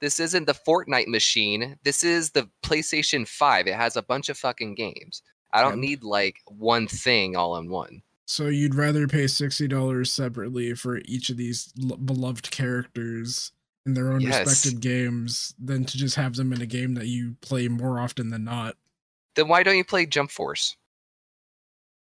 This isn't the Fortnite machine. This is the PlayStation Five. It has a bunch of fucking games. I don't
Yep.
need like one thing all in one.
So you'd rather pay sixty dollars separately for each of these l- beloved characters in their own
Yes.
respected games than to just have them in a game that you play more often than not.
Then why don't you play Jump Force?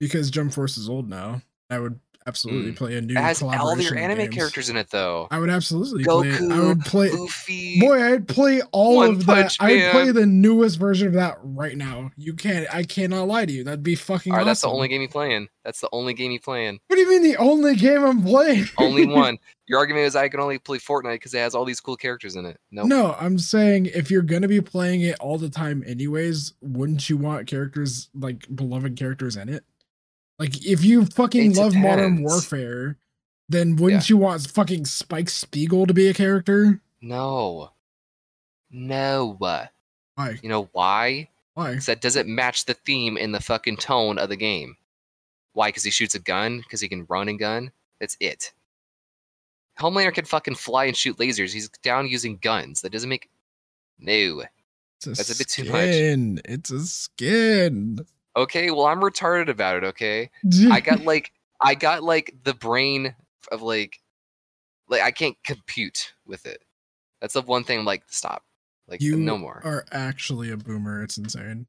Because Jump Force is old now, I would absolutely
Mm.
play a new.
It has all
collaboration
your
of
anime
games.
characters in it though.
I would absolutely play. It. I
Goku,
would play.
Goofy.
Boy, I'd play all
One
of
Punch
that. I'd play
Man.
the newest version of that right now. You can't. I cannot lie to you. That'd be fucking.
All right, that's the
awesome.
only game you playing. That's the only game you playing.
What do you mean the only game I'm playing?
Only one. Your argument is I can only play Fortnite because it has all these cool characters in it. No,
No, I'm saying if you're gonna be playing it all the time, anyways, wouldn't you want characters like beloved characters in it? Like, if you fucking
It
love Modern
depends.
Warfare, then wouldn't you want fucking Spike Spiegel to be a character?
no, no.
Why?
You know why?
Why?
Because that doesn't match the theme and the fucking tone of the game. Why? Because he shoots a gun. Because he can run and gun. That's it. Homelander can fucking fly and shoot lasers. He's down using guns. That doesn't make. No. That's a bit too much.
skin. It's a skin.
Okay. Well, I'm retarded about it. Okay. I got like I got like the brain of like like I can't compute with it. That's the one thing I'm like stop. Like
You
no more.
are actually a boomer. It's insane.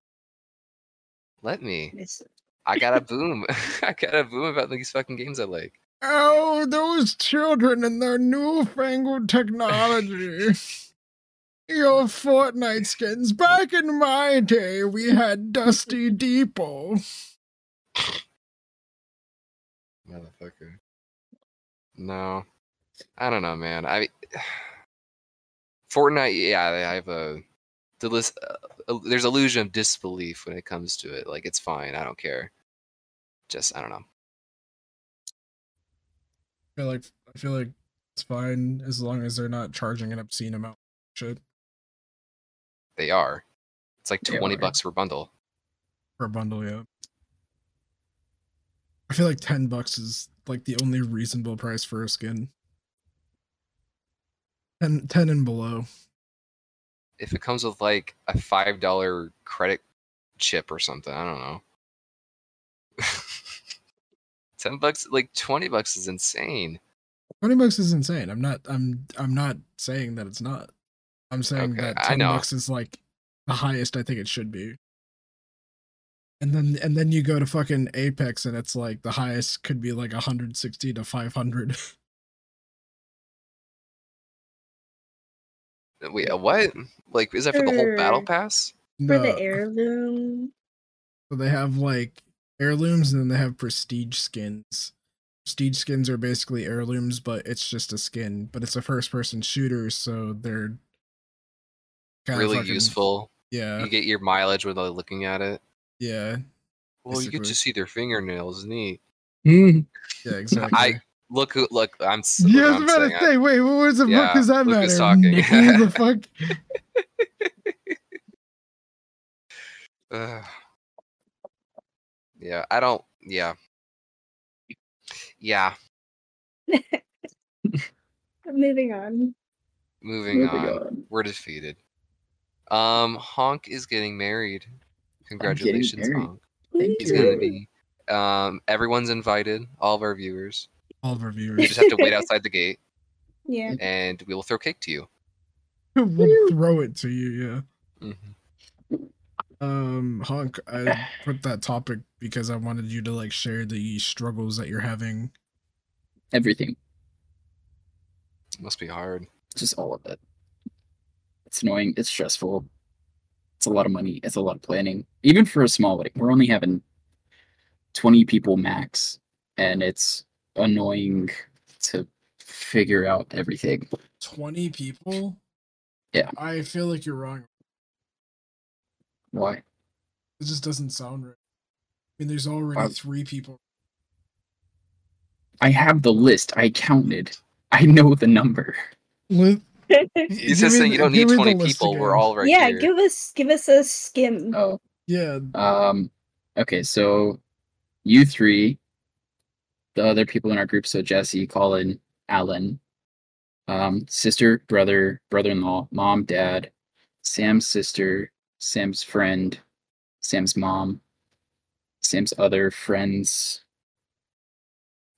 Let me.
It's,
I got a boom. I got a boom about these fucking games I like.
Oh, those children and their newfangled technology. Your Fortnite skins. Back in my day, we had Dusty Depot.
Motherfucker. No. I don't know, man. I Fortnite, yeah, I have a the list, uh, uh, there's illusion of disbelief when it comes to it. Like it's fine. I don't care. Just I don't know.
I feel like I feel like it's fine as long as they're not charging an obscene amount. of Shit
They are. It's like
They
20
are.
bucks per bundle.
for a bundle, yeah. I feel like ten bucks is like the only reasonable price for a skin. 10, 10 and below.
if it comes with like a five dollar credit chip or something, I don't know. Ten bucks, like twenty bucks, is insane.
Twenty bucks is insane. I'm not. I'm. I'm not saying that it's not. I'm saying
Okay,
that
I
ten
know.
bucks is like the highest I think it should be. And then and then you go to fucking Apex and it's like the highest could be like 160 to 500.
Wait, a uh, what? Like, is that for the whole battle
Er,
pass?
No,
for the heirloom,
so they have like heirlooms and then they have prestige skins. Prestige skins are basically heirlooms, but it's just a skin. But it's a first-person shooter, so they're kinda
Really
fucking-
useful.
Yeah,
You get your mileage without looking at it.
yeah,
Well, you get
Basically.
to see their fingernails. Neat.
Hmm.
yeah. Exactly.
Look, who- look. I'm. s-
Yeah, I
look
was
what
about
I'm
to
saying.
say, wait, what was the
Yeah,
fuck does that
Luke
matter?
is talking.
Nick, who the fuck?
I- Ugh. yeah, I don't. Yeah. Yeah.
Moving on.
Moving, on. We're defeated. Um, Honk is getting married. Congratulations,
married.
Honk.
Thank
He's
you.
gonna be. Um, everyone's invited. All of our viewers.
All of our
You
viewers
just have to wait outside the gate,
Yeah.
and we will throw cake to you.
will throw it to you, yeah.
Mhm.
Um, Honk, I put that topic because I wanted you to like share the struggles that you're having.
Everything.
Must be hard.
just all of it. It's annoying. It's stressful. It's a lot of money. It's a lot of planning. Even for a small wedding, we're only having 20 people max, and it's annoying to figure out everything.
20 people?
Yeah.
I feel like you're wrong.
Why?
It just doesn't sound right. I mean, there's already
Um,
three people.
I have the list. I counted. I know the number.
Li-
He's just saying you don't need 20 people. We're all right
yeah,
here.
give us give us a skim.
Oh,
Yeah,
Um, okay, so you three, the other people in our group, so Jesse, Colin, Alan, um, sister, brother, brother in law, mom, dad, Sam's sister, Sam's friend, Sam's mom, Sam's other friends.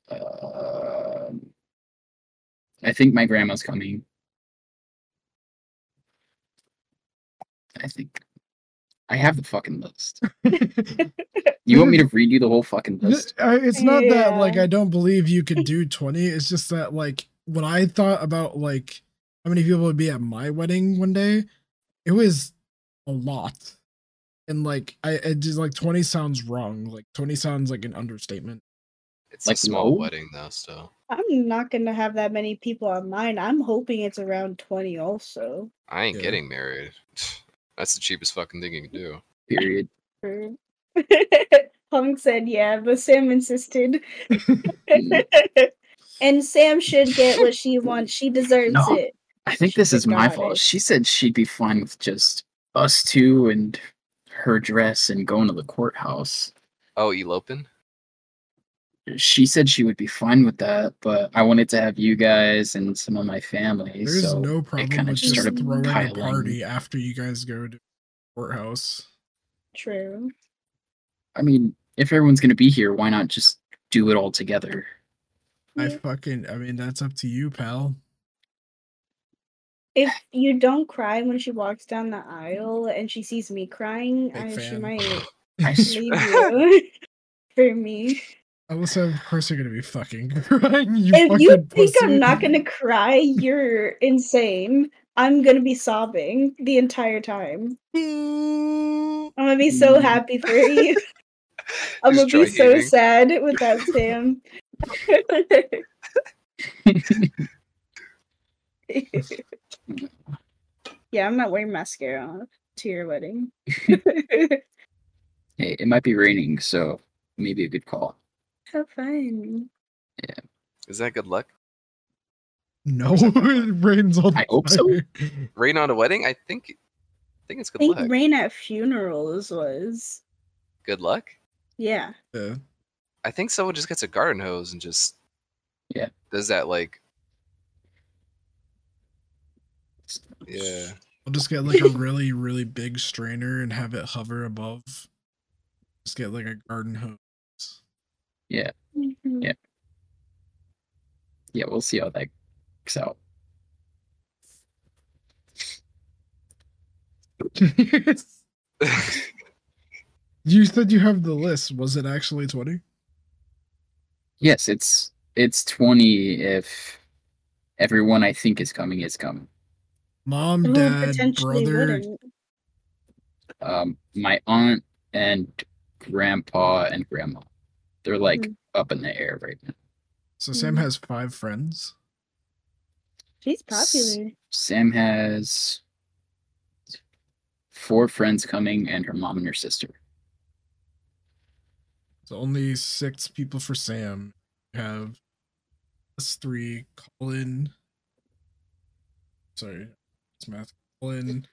Um I think my grandma's coming. I think I have the fucking list. You want me to read you the whole fucking
Th-
list?
I- it's not that like
Yeah.
I don't believe you could do 20. It's just that like when I thought about like how many people would be at my wedding one day, it was a lot. And like I it just like 20 sounds wrong. Like 20 sounds like an understatement.
It's
Like,
a small
no?
wedding though, so
I'm not gonna have that many people on mine. I'm hoping it's around twenty also.
I ain't
Yeah.
getting married. That's the cheapest fucking thing you can do.
Period.
True. Hung said yeah, but Sam insisted. and Sam should get what she wants. She deserves
No.
it.
I think
She
this is my
forgot
fault.
it.
She said she'd be fine with just us two and her dress and going to the courthouse.
Oh, eloping?
She said she would be fine with that, but I wanted to have you guys and some of my family.
There's
so
no problem
kinda
with
just
just
started
throwing a
piling.
party after you guys go to courthouse.
True.
I mean, if everyone's gonna be here, why not just do it all together?
I
Yeah.
fucking I mean that's up to you, pal.
If you don't cry when she walks down the aisle and she sees me crying,
Big
I, she
fan.
might
I
leave you for me.
Alyssa, of course you're gonna be fucking crying. You
If you
fucking
think I'm not
pussy.
gonna cry, you're insane. I'm gonna be sobbing the entire time. I'm gonna be so
Mm.
happy for you. I'm
Just
gonna be
joy
so
heaving.
sad with that Sam. yeah, I'm not wearing mascara to your wedding.
hey, it might be raining, so maybe a good call.
Have fun.
Is that good luck?
No, it rains all the
I hope so.
time.
Rain on a wedding? I think I think it's
I
good
think
luck.
rain at funerals was
Good luck?
yeah.
Yeah.
I think someone just gets a garden hose and just
Yeah.
does that like yeah
I'll just get like a really, really big strainer and have it hover above. Just get like a garden hose.
Mhm.
Yeah. Yeah, we'll see how that works out.
You said you have the list. Was it actually 20?
Yes, it's it's twenty if everyone I think is coming is coming.
Mom,
Who
dad,
potentially
brother.
wouldn't?
Um, my aunt and grandpa and grandma, they're like
Mhm.
up in the air right now.
So Sam
Mm.
has five friends.
She's
S-
popular.
Sam has four friends coming and her mom and her sister.
So only six people for Sam. You have us three, Colin. Sorry, it's math. Colin.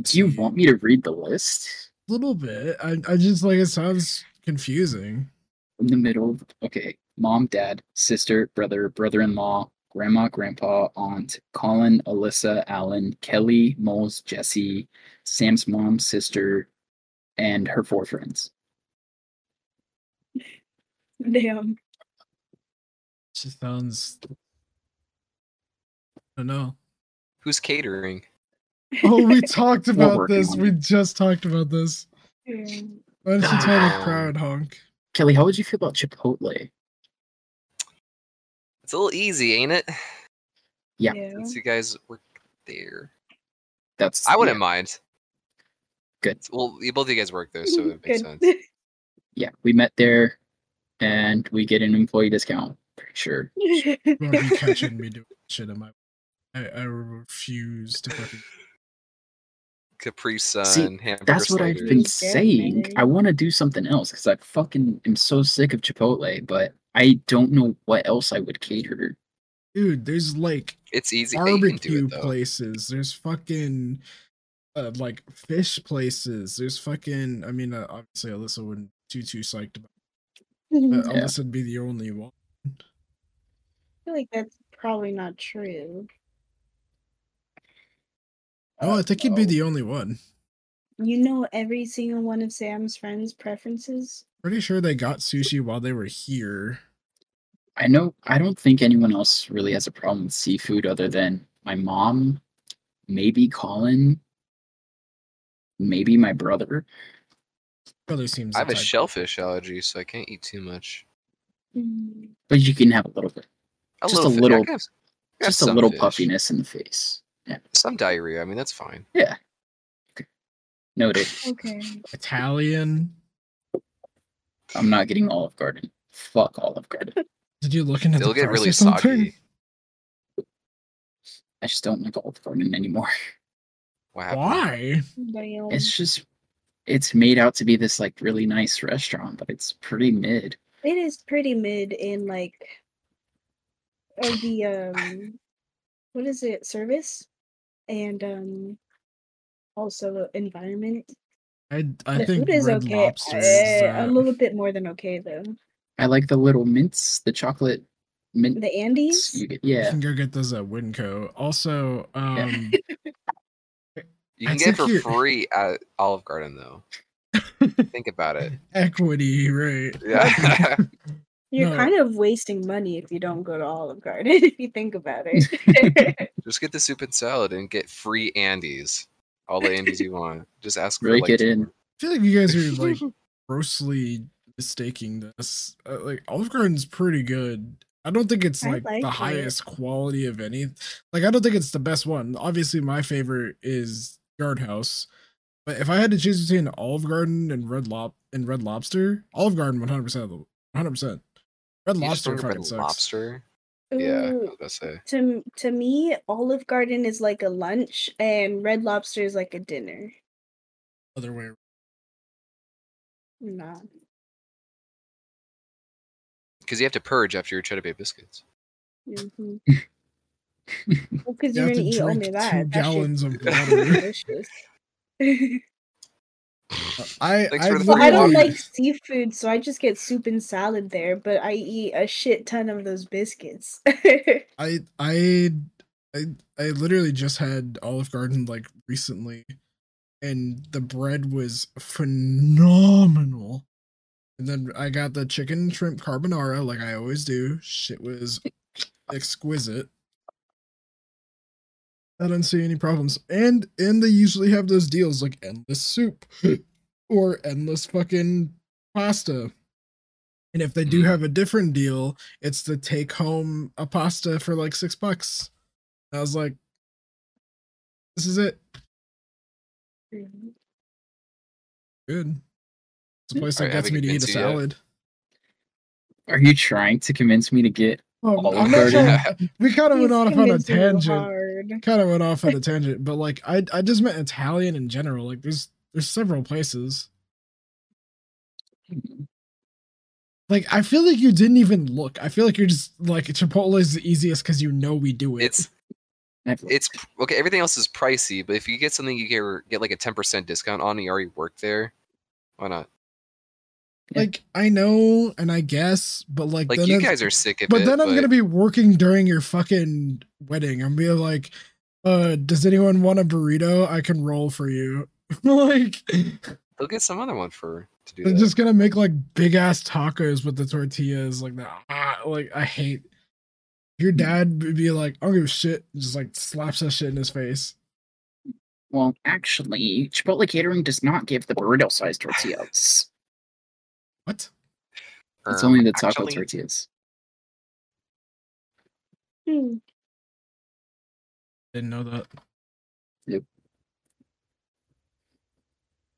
Do you
Let's see.
want me to read the list
little bit. I, I just like it sounds confusing.
in the middle? of- Okay, mom, dad, sister, brother, brother-in-law, grandma, grandpa, aunt, Colin, Alyssa, Alan, Kelly, Moles, Jesse, Sam's mom, sister, and her four friends.
Damn.
It just sounds. I don't know.
who's catering
Oh, we talked about
working
this.
on
We just talked about this.
Mm.
Why don't you tell the
Um,
crowd, honk?
Kelly, how would you feel about Chipotle?
it's a little easy ain't it
Yeah.
Since you guys were there,
That's
I wouldn't mind.
Good. Mm,
Well, you both of you guys work there, so it makes
Good.
sense.
Yeah, we met there, and we get an employee discount. Pretty sure.
Don't be catching me doing shit in my. I, I refuse to fucking.
Capri Sun, hamburger
That's what I've
sliders.
been
Pretty
saying. I
definitely.
want to do something else because I fucking am so sick of Chipotle, but I don't know what else I would cater.
Dude, there's like
It's easy. Yeah, you can do
barbecue
it, though.
places. There's fucking uh, like fish places. There's fucking. I mean, uh, obviously Alyssa wouldn't be too too psyched about, it, but
Yeah.
Alyssa would be the only one.
feel like that's probably not true.
Oh, I think you'd be
know.
the only one.
You know every single one of Sam's friends' preferences.
Pretty sure they got sushi while they were here.
I know I don't think anyone else really has a problem with seafood other than my mom, maybe Colin, maybe my brother.
Brother seems.
I have
the
a
type-
shellfish allergy, so I can't eat too much.
Mm,
But you can have a little bit,
A
Just a
fi- I
little-
can have s- I can have
just a
some
little
fish.
puffiness in the face.
Some diarrhea. I mean, that's fine.
Noted.
Okay.
Italian.
I'm not getting Olive Garden. Fuck Olive Garden.
Did you looking at
It'll
the
get
price
really
or something?
soggy.
I just don't like Olive Garden anymore.
What happened?
Why?
Damn.
It's just it's made out to be this like really nice restaurant, but it's pretty mid.
It is pretty mid in like uh, the um what is it service and um also environment.
I I
the
think
food is
Red
okay.
Lobster is.
eh,
Uh,
a little bit more than okay though.
I like the little mints, the chocolate mint.
The Andes.
You get,
You
yeah,
can go get those at Winco. Also, um,
You can
I
get it for
think you're-
free at Olive Garden, though. Think about it.
um, equity, right?
Yeah.
You're
No.
kind of wasting money if you don't go to Olive Garden if you think about it.
Just get the soup and salad and get free Andes. All the Andes you want. Just ask
Break
for like,
it in.
I feel like you guys are like grossly mistaking this. Uh, like Olive Garden's pretty good. I don't think it's
I
like,
like
the
it.
highest quality of any. Like I don't think it's the best one. Obviously, my favorite is Yard House. But if I had to choose between Olive Garden and Red Lob and Red Lobster, Olive Garden 100 percent, 100 percent. Red
You just
Lobster
order
fucking
red
sucks.
lobster. Yeah, I
Ooh,
was gonna say.
To to me, Olive Garden is like a lunch, and Red Lobster is like a dinner.
Other way. around.
Nah.
Because you have to purge after your cheddar bay biscuits.
Mm-hmm. because
You
you're gonna
have to
eat
drink
only
two
that. That shit's
gallons of water.
delicious.
Uh, I
Thanks
I,
for the
well, I don't
Really?
literally-
like seafood, so I just get soup and salad there. But I eat a shit ton of those biscuits.
I I I I literally just had Olive Garden like recently, and the bread was phenomenal. And then I got the chicken shrimp carbonara, like I always do. Shit was exquisite. I didn't see any problems, and and they usually have those deals like endless soup, or endless fucking pasta. And if they do
Mhm.
have a different deal, it's the take home a pasta for like six bucks. I was like, this is it. Good. It's a place
Alright,
that
haven't
gets me to eat a
convinced you yet.
salad.
Are you trying to convince me to get?
Um,
Olive
I'm not
Garden.
trying- we kind of
He's
went off on a
convincing you
tangent.
hard.
Kind of went off on a tangent, but like I, I just meant Italian in general. Like there's, there's several places. Like I feel like you didn't even look. I feel like you're just like Chipotle is the easiest because you know we do it.
It's
I've-
it's pr- okay. Everything else is pricey, but if you get something you get get like a ten percent discount on, and you already work there. Why not?
Yeah.
like I know and I guess, but like
Like
then
you
it's-
guys are sick of
but
it.
then I'm gonna be working during your fucking wedding. I'm be like, uh, does anyone want a burrito? I can roll for you. like
They'll get some other one for to do
they're
that.
just gonna make like big ass tacos with the tortillas. Like that. Ah, like I hate. Your dad would be like, I don't give a shit. and Just like slaps that shit in his face.
well, actually, Chipotle catering does not give the burrito-sized tortillas.
What?
it's
Um,
only the taco
actually,
tortillas.
Hmm.
Didn't know that.
Yep.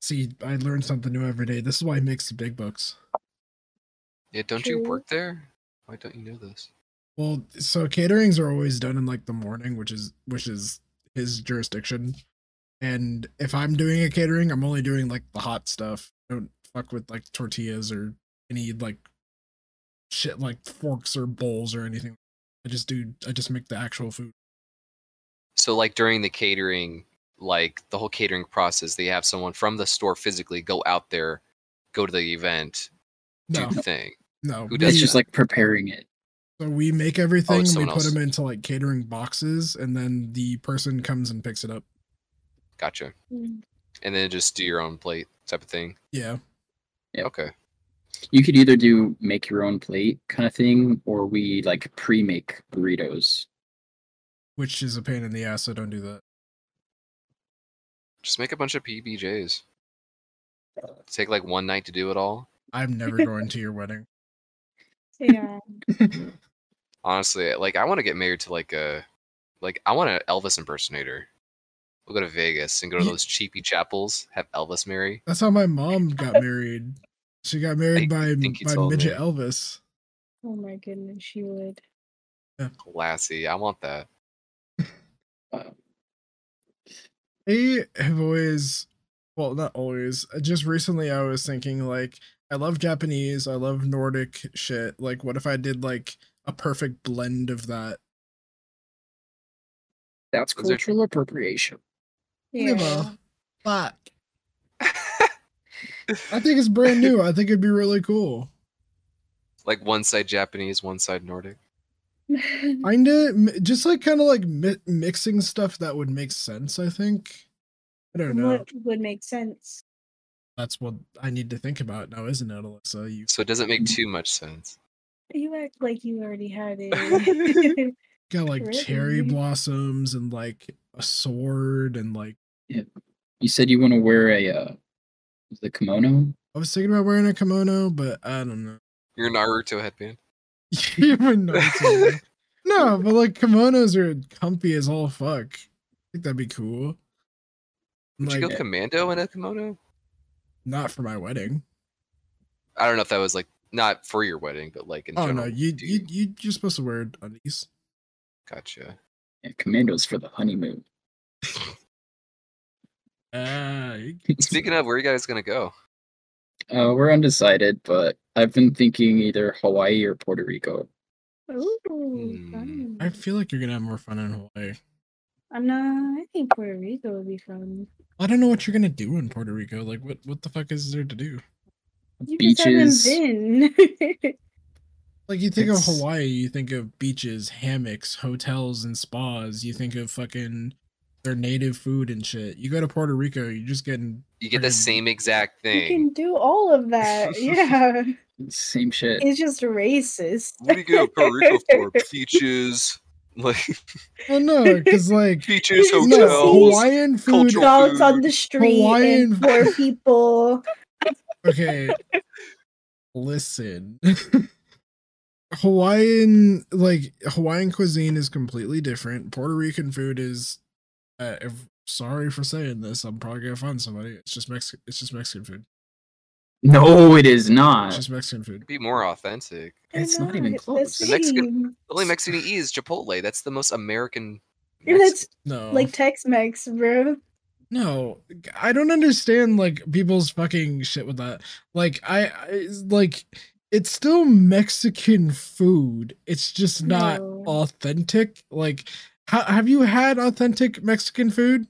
See, I learn something new every day. This is why I mix the big books.
Yeah, don't you
True.
work there? Why don't you know this?
Well, so caterings are always done in like the morning, which is which is his jurisdiction. And if I'm doing a catering, I'm only doing like the hot stuff. Don't fuck with like tortillas or any like shit like forks or bowls or anything. I just do I just make the actual food.
So, like during the catering, like the whole catering process, they have someone from the store physically go out there, go to the event,
No,
do the thing.
no.
Who does Oh,
It's
we-
just like preparing it.
So we make everything, and we
someone
put
else.
them into like catering boxes, and then the person comes and picks it up.
Gotcha.
Mm.
And then just do your own plate type of thing.
Yeah.
Yep.
Okay.
You could either do make your own plate kind of thing, or we like pre-make burritos.
Which is a pain in the ass, so don't do that.
Just make a bunch of PBJs. Take like one night to do it all.
I'm never going to your wedding.
Yeah.
Honestly, like I want to get married to like a, like I want an Elvis impersonator. We'll go to Vegas and go to
Ye-
those cheapy chapels. Have Elvis marry.
That's how my mom got married. She got married by
think you
by
told
midget
me.
Elvis.
Oh my goodness, she would.
Lassie, I want that.
Uh,
I have always, well, not always. uh, Just recently, I was thinking like, I love Japanese, I love Nordic shit. Like, what if I did like a perfect blend of that?
That's
Those are-
cultural appropriation.
Yeah.
Fuck. I think it's brand new. I think it'd be really cool.
like one side Japanese, one side Nordic.
Kinda, m- just like kind of like mi- mixing stuff that would make sense. I think. I don't know.
what would make sense?
That's what I need to think about now, isn't it, Alyssa? You
So it doesn't
Mm-hmm.
make too much sense.
You act like you already had it.
got like cherry
Really?
blossoms and like a sword and like
You said you want to wear a uh, the kimono.
I was thinking about wearing a kimono, but I don't know.
You're an Naruto headband.
Even Naruto. no, but like kimonos are comfy as all fuck. I think that'd be cool.
Would
Like
you go commando in a kimono?
not for my wedding.
I don't know if that was like not for your wedding, but like in
Oh
general.
no, you
do
you you you're supposed to wear undies.
Gotcha.
Yeah, commandos for the honeymoon.
Uh,
Speaking of, where are you guys gonna go?
Uh, we're undecided, but I've been thinking either Hawaii or Puerto Rico.
Ooh,
Hmm.
fun.
I feel like you're gonna have more fun in Hawaii.
I'm not. I think Puerto Rico would be fun.
I don't know what you're gonna do in Puerto Rico. Like, what what the fuck is there to do?
You
Beaches.
just haven't been.
Like you think of
It's-
Hawaii, you think of beaches, hammocks, hotels, and spas. You think of fucking their native food and shit. You go to Puerto Rico, you're just getting
You get the
Friggin-
same exact
you can
thing.
do all of that. Yeah.
Same shit.
it's just racist.
What do you go to Puerto Rico for? Peaches, like
well, no, because like
peaches
It's
no
just
hotel.
Hawaiian food.
cultural-
Dogs on
food.
the street
Hawaiian
and poor people.
Okay, listen, Hawaiian like Hawaiian cuisine is completely different. Puerto Rican food is. Uh, if, sorry for saying this. I'm probably gonna find somebody. It's just Mex. It's just Mexican food.
No, it is
It's
not.
just Mexican food.
Be more authentic.
They're
It's not even
it's
close.
The
The Mexican-
same.
The only Mexican you eat is Chipotle. That's the most American. Mexican.
And that's
No,
like Tex Mex, bro.
No, I don't understand like people's fucking shit with that. Like I, I like it's still Mexican food. It's just not
No.
authentic. Like ha- have you had authentic Mexican food?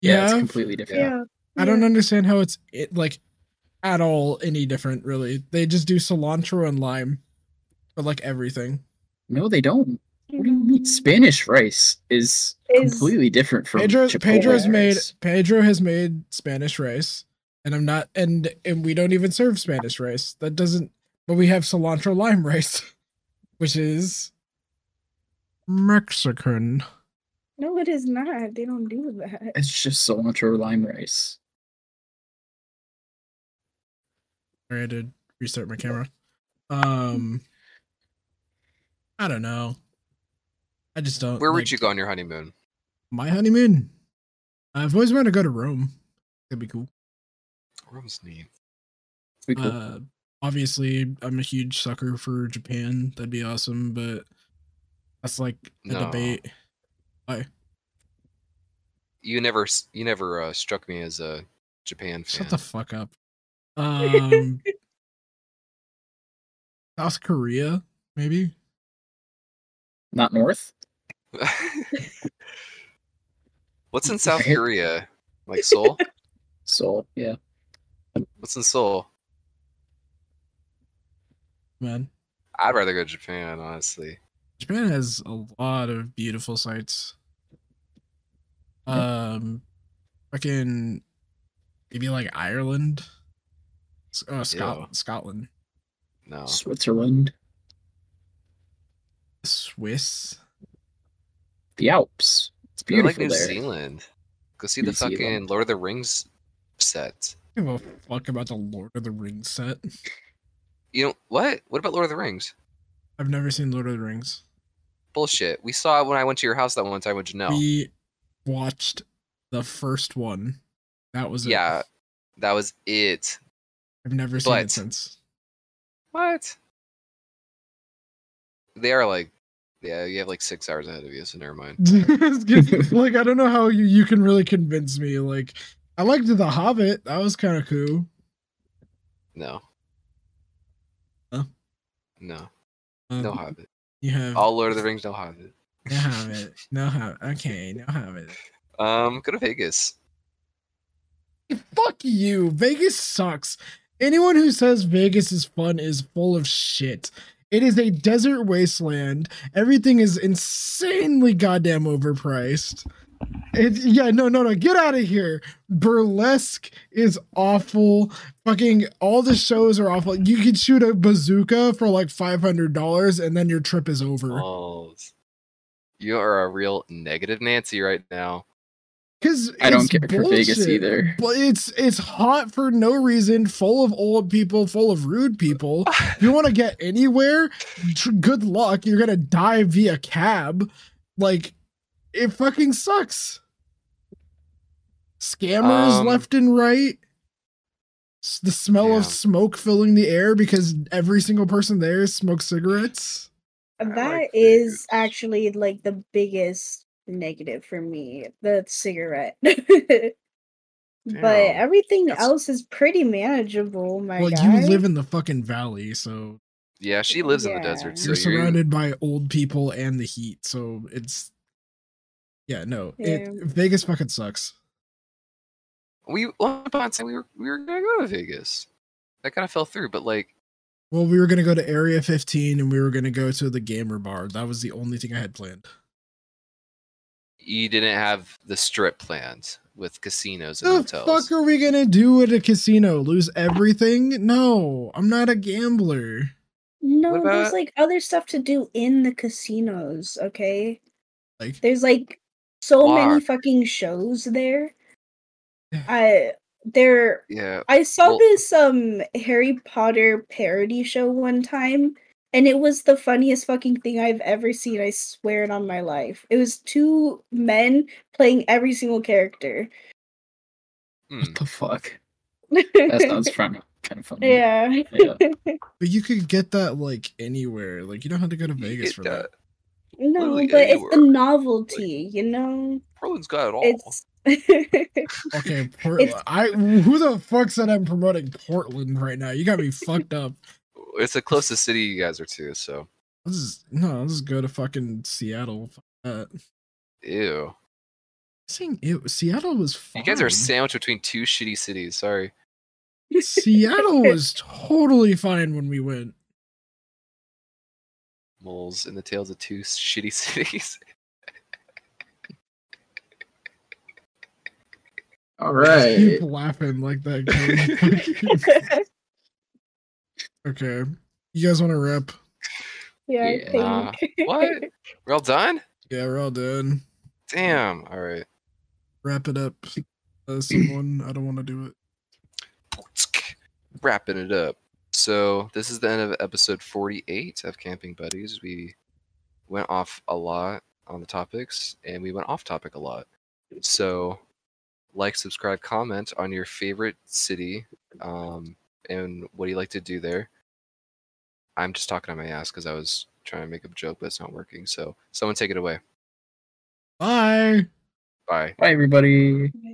Yeah, it's
Yeah.
completely different.
Yeah.
I don't
yeah.
understand how it's it, like at all any different really. They just do cilantro and lime for like everything.
No, they don't. What do you mean? Spanish rice is
Mm-hmm. Is-
completely different from
Pedro
Chipotle
Pedro's made
rice.
Pedro has made Spanish rice, and I'm not and and we don't even serve Spanish rice. That doesn't. But we have cilantro lime rice, which is Mexican.
No, it is not. They don't do that.
It's just cilantro lime rice.
Sorry, I had to restart my camera. Um, I don't know. I just don't.
Where would
like,
you go on your honeymoon?
My honeymoon. I've always wanted to go to Rome. That'd be cool.
Rome's neat.
Be cool.
Uh, obviously, I'm a huge sucker for Japan. That'd be awesome, but that's like a
No.
debate.
You never, s- you never uh, struck me as a Japan fan.
Shut the fuck up. Um, South Korea, maybe.
Not north.
What's in South
Right.
Korea? Like Seoul?
Seoul. Yeah.
What's in Seoul?
Man,
I'd rather go to Japan, honestly.
Japan has a lot of beautiful sights. Um, fucking maybe like Ireland, S- uh, Scotland, Scotland, Oh.
No.
Switzerland.
Swiss.
The Alps. It's
Go to, like
beautiful
New
there.
Zealand. Go see
New
the fucking
Zealand.
Lord of the Rings set.
Give a fuck about the Lord of the Rings set.
You know what? What about Lord of the Rings?
I've never seen Lord of the Rings.
Bullshit. We saw it when I went to your house that one time with Janelle.
We watched the first one. That was it.
Yeah. That was it.
I've never seen it
But-
since.
What? They are like, yeah, you have like six hours ahead of you, so never mind.
It's good- like I don't know how you you can really convince me. Like I liked the Hobbit. That was kind of cool.
No.
Huh?
No.
Um,
Hmm.
No Hobbit. Oh.
You have
All Lord of the Rings, no Hobbit.
no Hobbit. No Hobbit. Okay, no Hobbit.
Um, go to Vegas.
Fuck you. Vegas sucks. Anyone who says Vegas is fun is full of shit. It is a desert wasteland. Everything is insanely goddamn overpriced. It, yeah, no, no, no. Get out of here. Burlesque is awful. Fucking all the shows are awful. You could shoot a bazooka for like $500 and then your trip is over.
Oh, you are a real negative Nancy right now.
Because
I don't care for Vegas either.
Well, it's it's hot for no reason, full of old people, full of rude people. If you want to get anywhere, tr- good luck. You're gonna die via cab. Like, it fucking sucks. Scammers
Um,
left and right. S- The smell of
yeah.
smoke filling the air because every single person there smokes cigarettes.
I like
That
the-
is actually like the biggest negative for me the cigarette. but
Damn,
everything
that's-
else is pretty manageable, my
well,
guy.
you live in the fucking valley, so
Yeah, she lives in the
Yeah.
desert. So
you're
you're
surrounded by old people and the heat so it's yeah no it
Yeah.
vegas fucking sucks
We once upon a time we were we were gonna go to Vegas. That kind of fell through, but like,
well we were gonna go to area 15 and we were gonna go to the gamer bar that was the only thing i had planned
you didn't have the strip planned with casinos and
the
hotels.
fuck are we gonna do at a casino lose everything no i'm not a gambler
no, there's
about-
like other stuff to do in the casinos, okay?
like
There's like so
Bar.
many fucking shows there. I there
Yeah,
I saw
Well-
this um Harry Potter parody show one time and it was the funniest fucking thing I've ever seen. I swear it on my life. It was two men playing every single character.
hmm.
What the fuck? That sounds fun. Kind of funny.
yeah.
Yeah.
but you could get that like anywhere like you don't have to go to
You
vegas
get
for
that.
that
No,
Literally
but it's the
anywhere.
novelty, you know?
Portland's got it all.
It's
okay portland i who the fuck said i'm promoting portland right now you got me fucked up
It's the closest city you guys are to. So
Let's just, no, let's just go to fucking Seattle. Fuck that.
ew,
saying it, Seattle was fine.
you guys are sandwiched between two shitty cities. Sorry.
Seattle was totally fine when we went.
Moles in the tails of two shitty cities.
All
Just
right.
Keep laughing like that. kid. okay, you guys want to rip?
yeah, I
Yeah.
think.
Nah. What? We're all done.
Yeah, we're all done.
Damn. All right.
Wrap it up. Uh, someone, I don't want to do it.
wrapping it up. So this is the end of episode 48 of Camping Buddies. We went off a lot. on the topics, and we went off topic a lot. So, like, subscribe, comment on your favorite city, um, and what do you like to do there? I'm just talking on my ass because I was trying to make a joke, but it's not working. So, someone take it away.
Bye.
Bye.
Bye, everybody.
Right?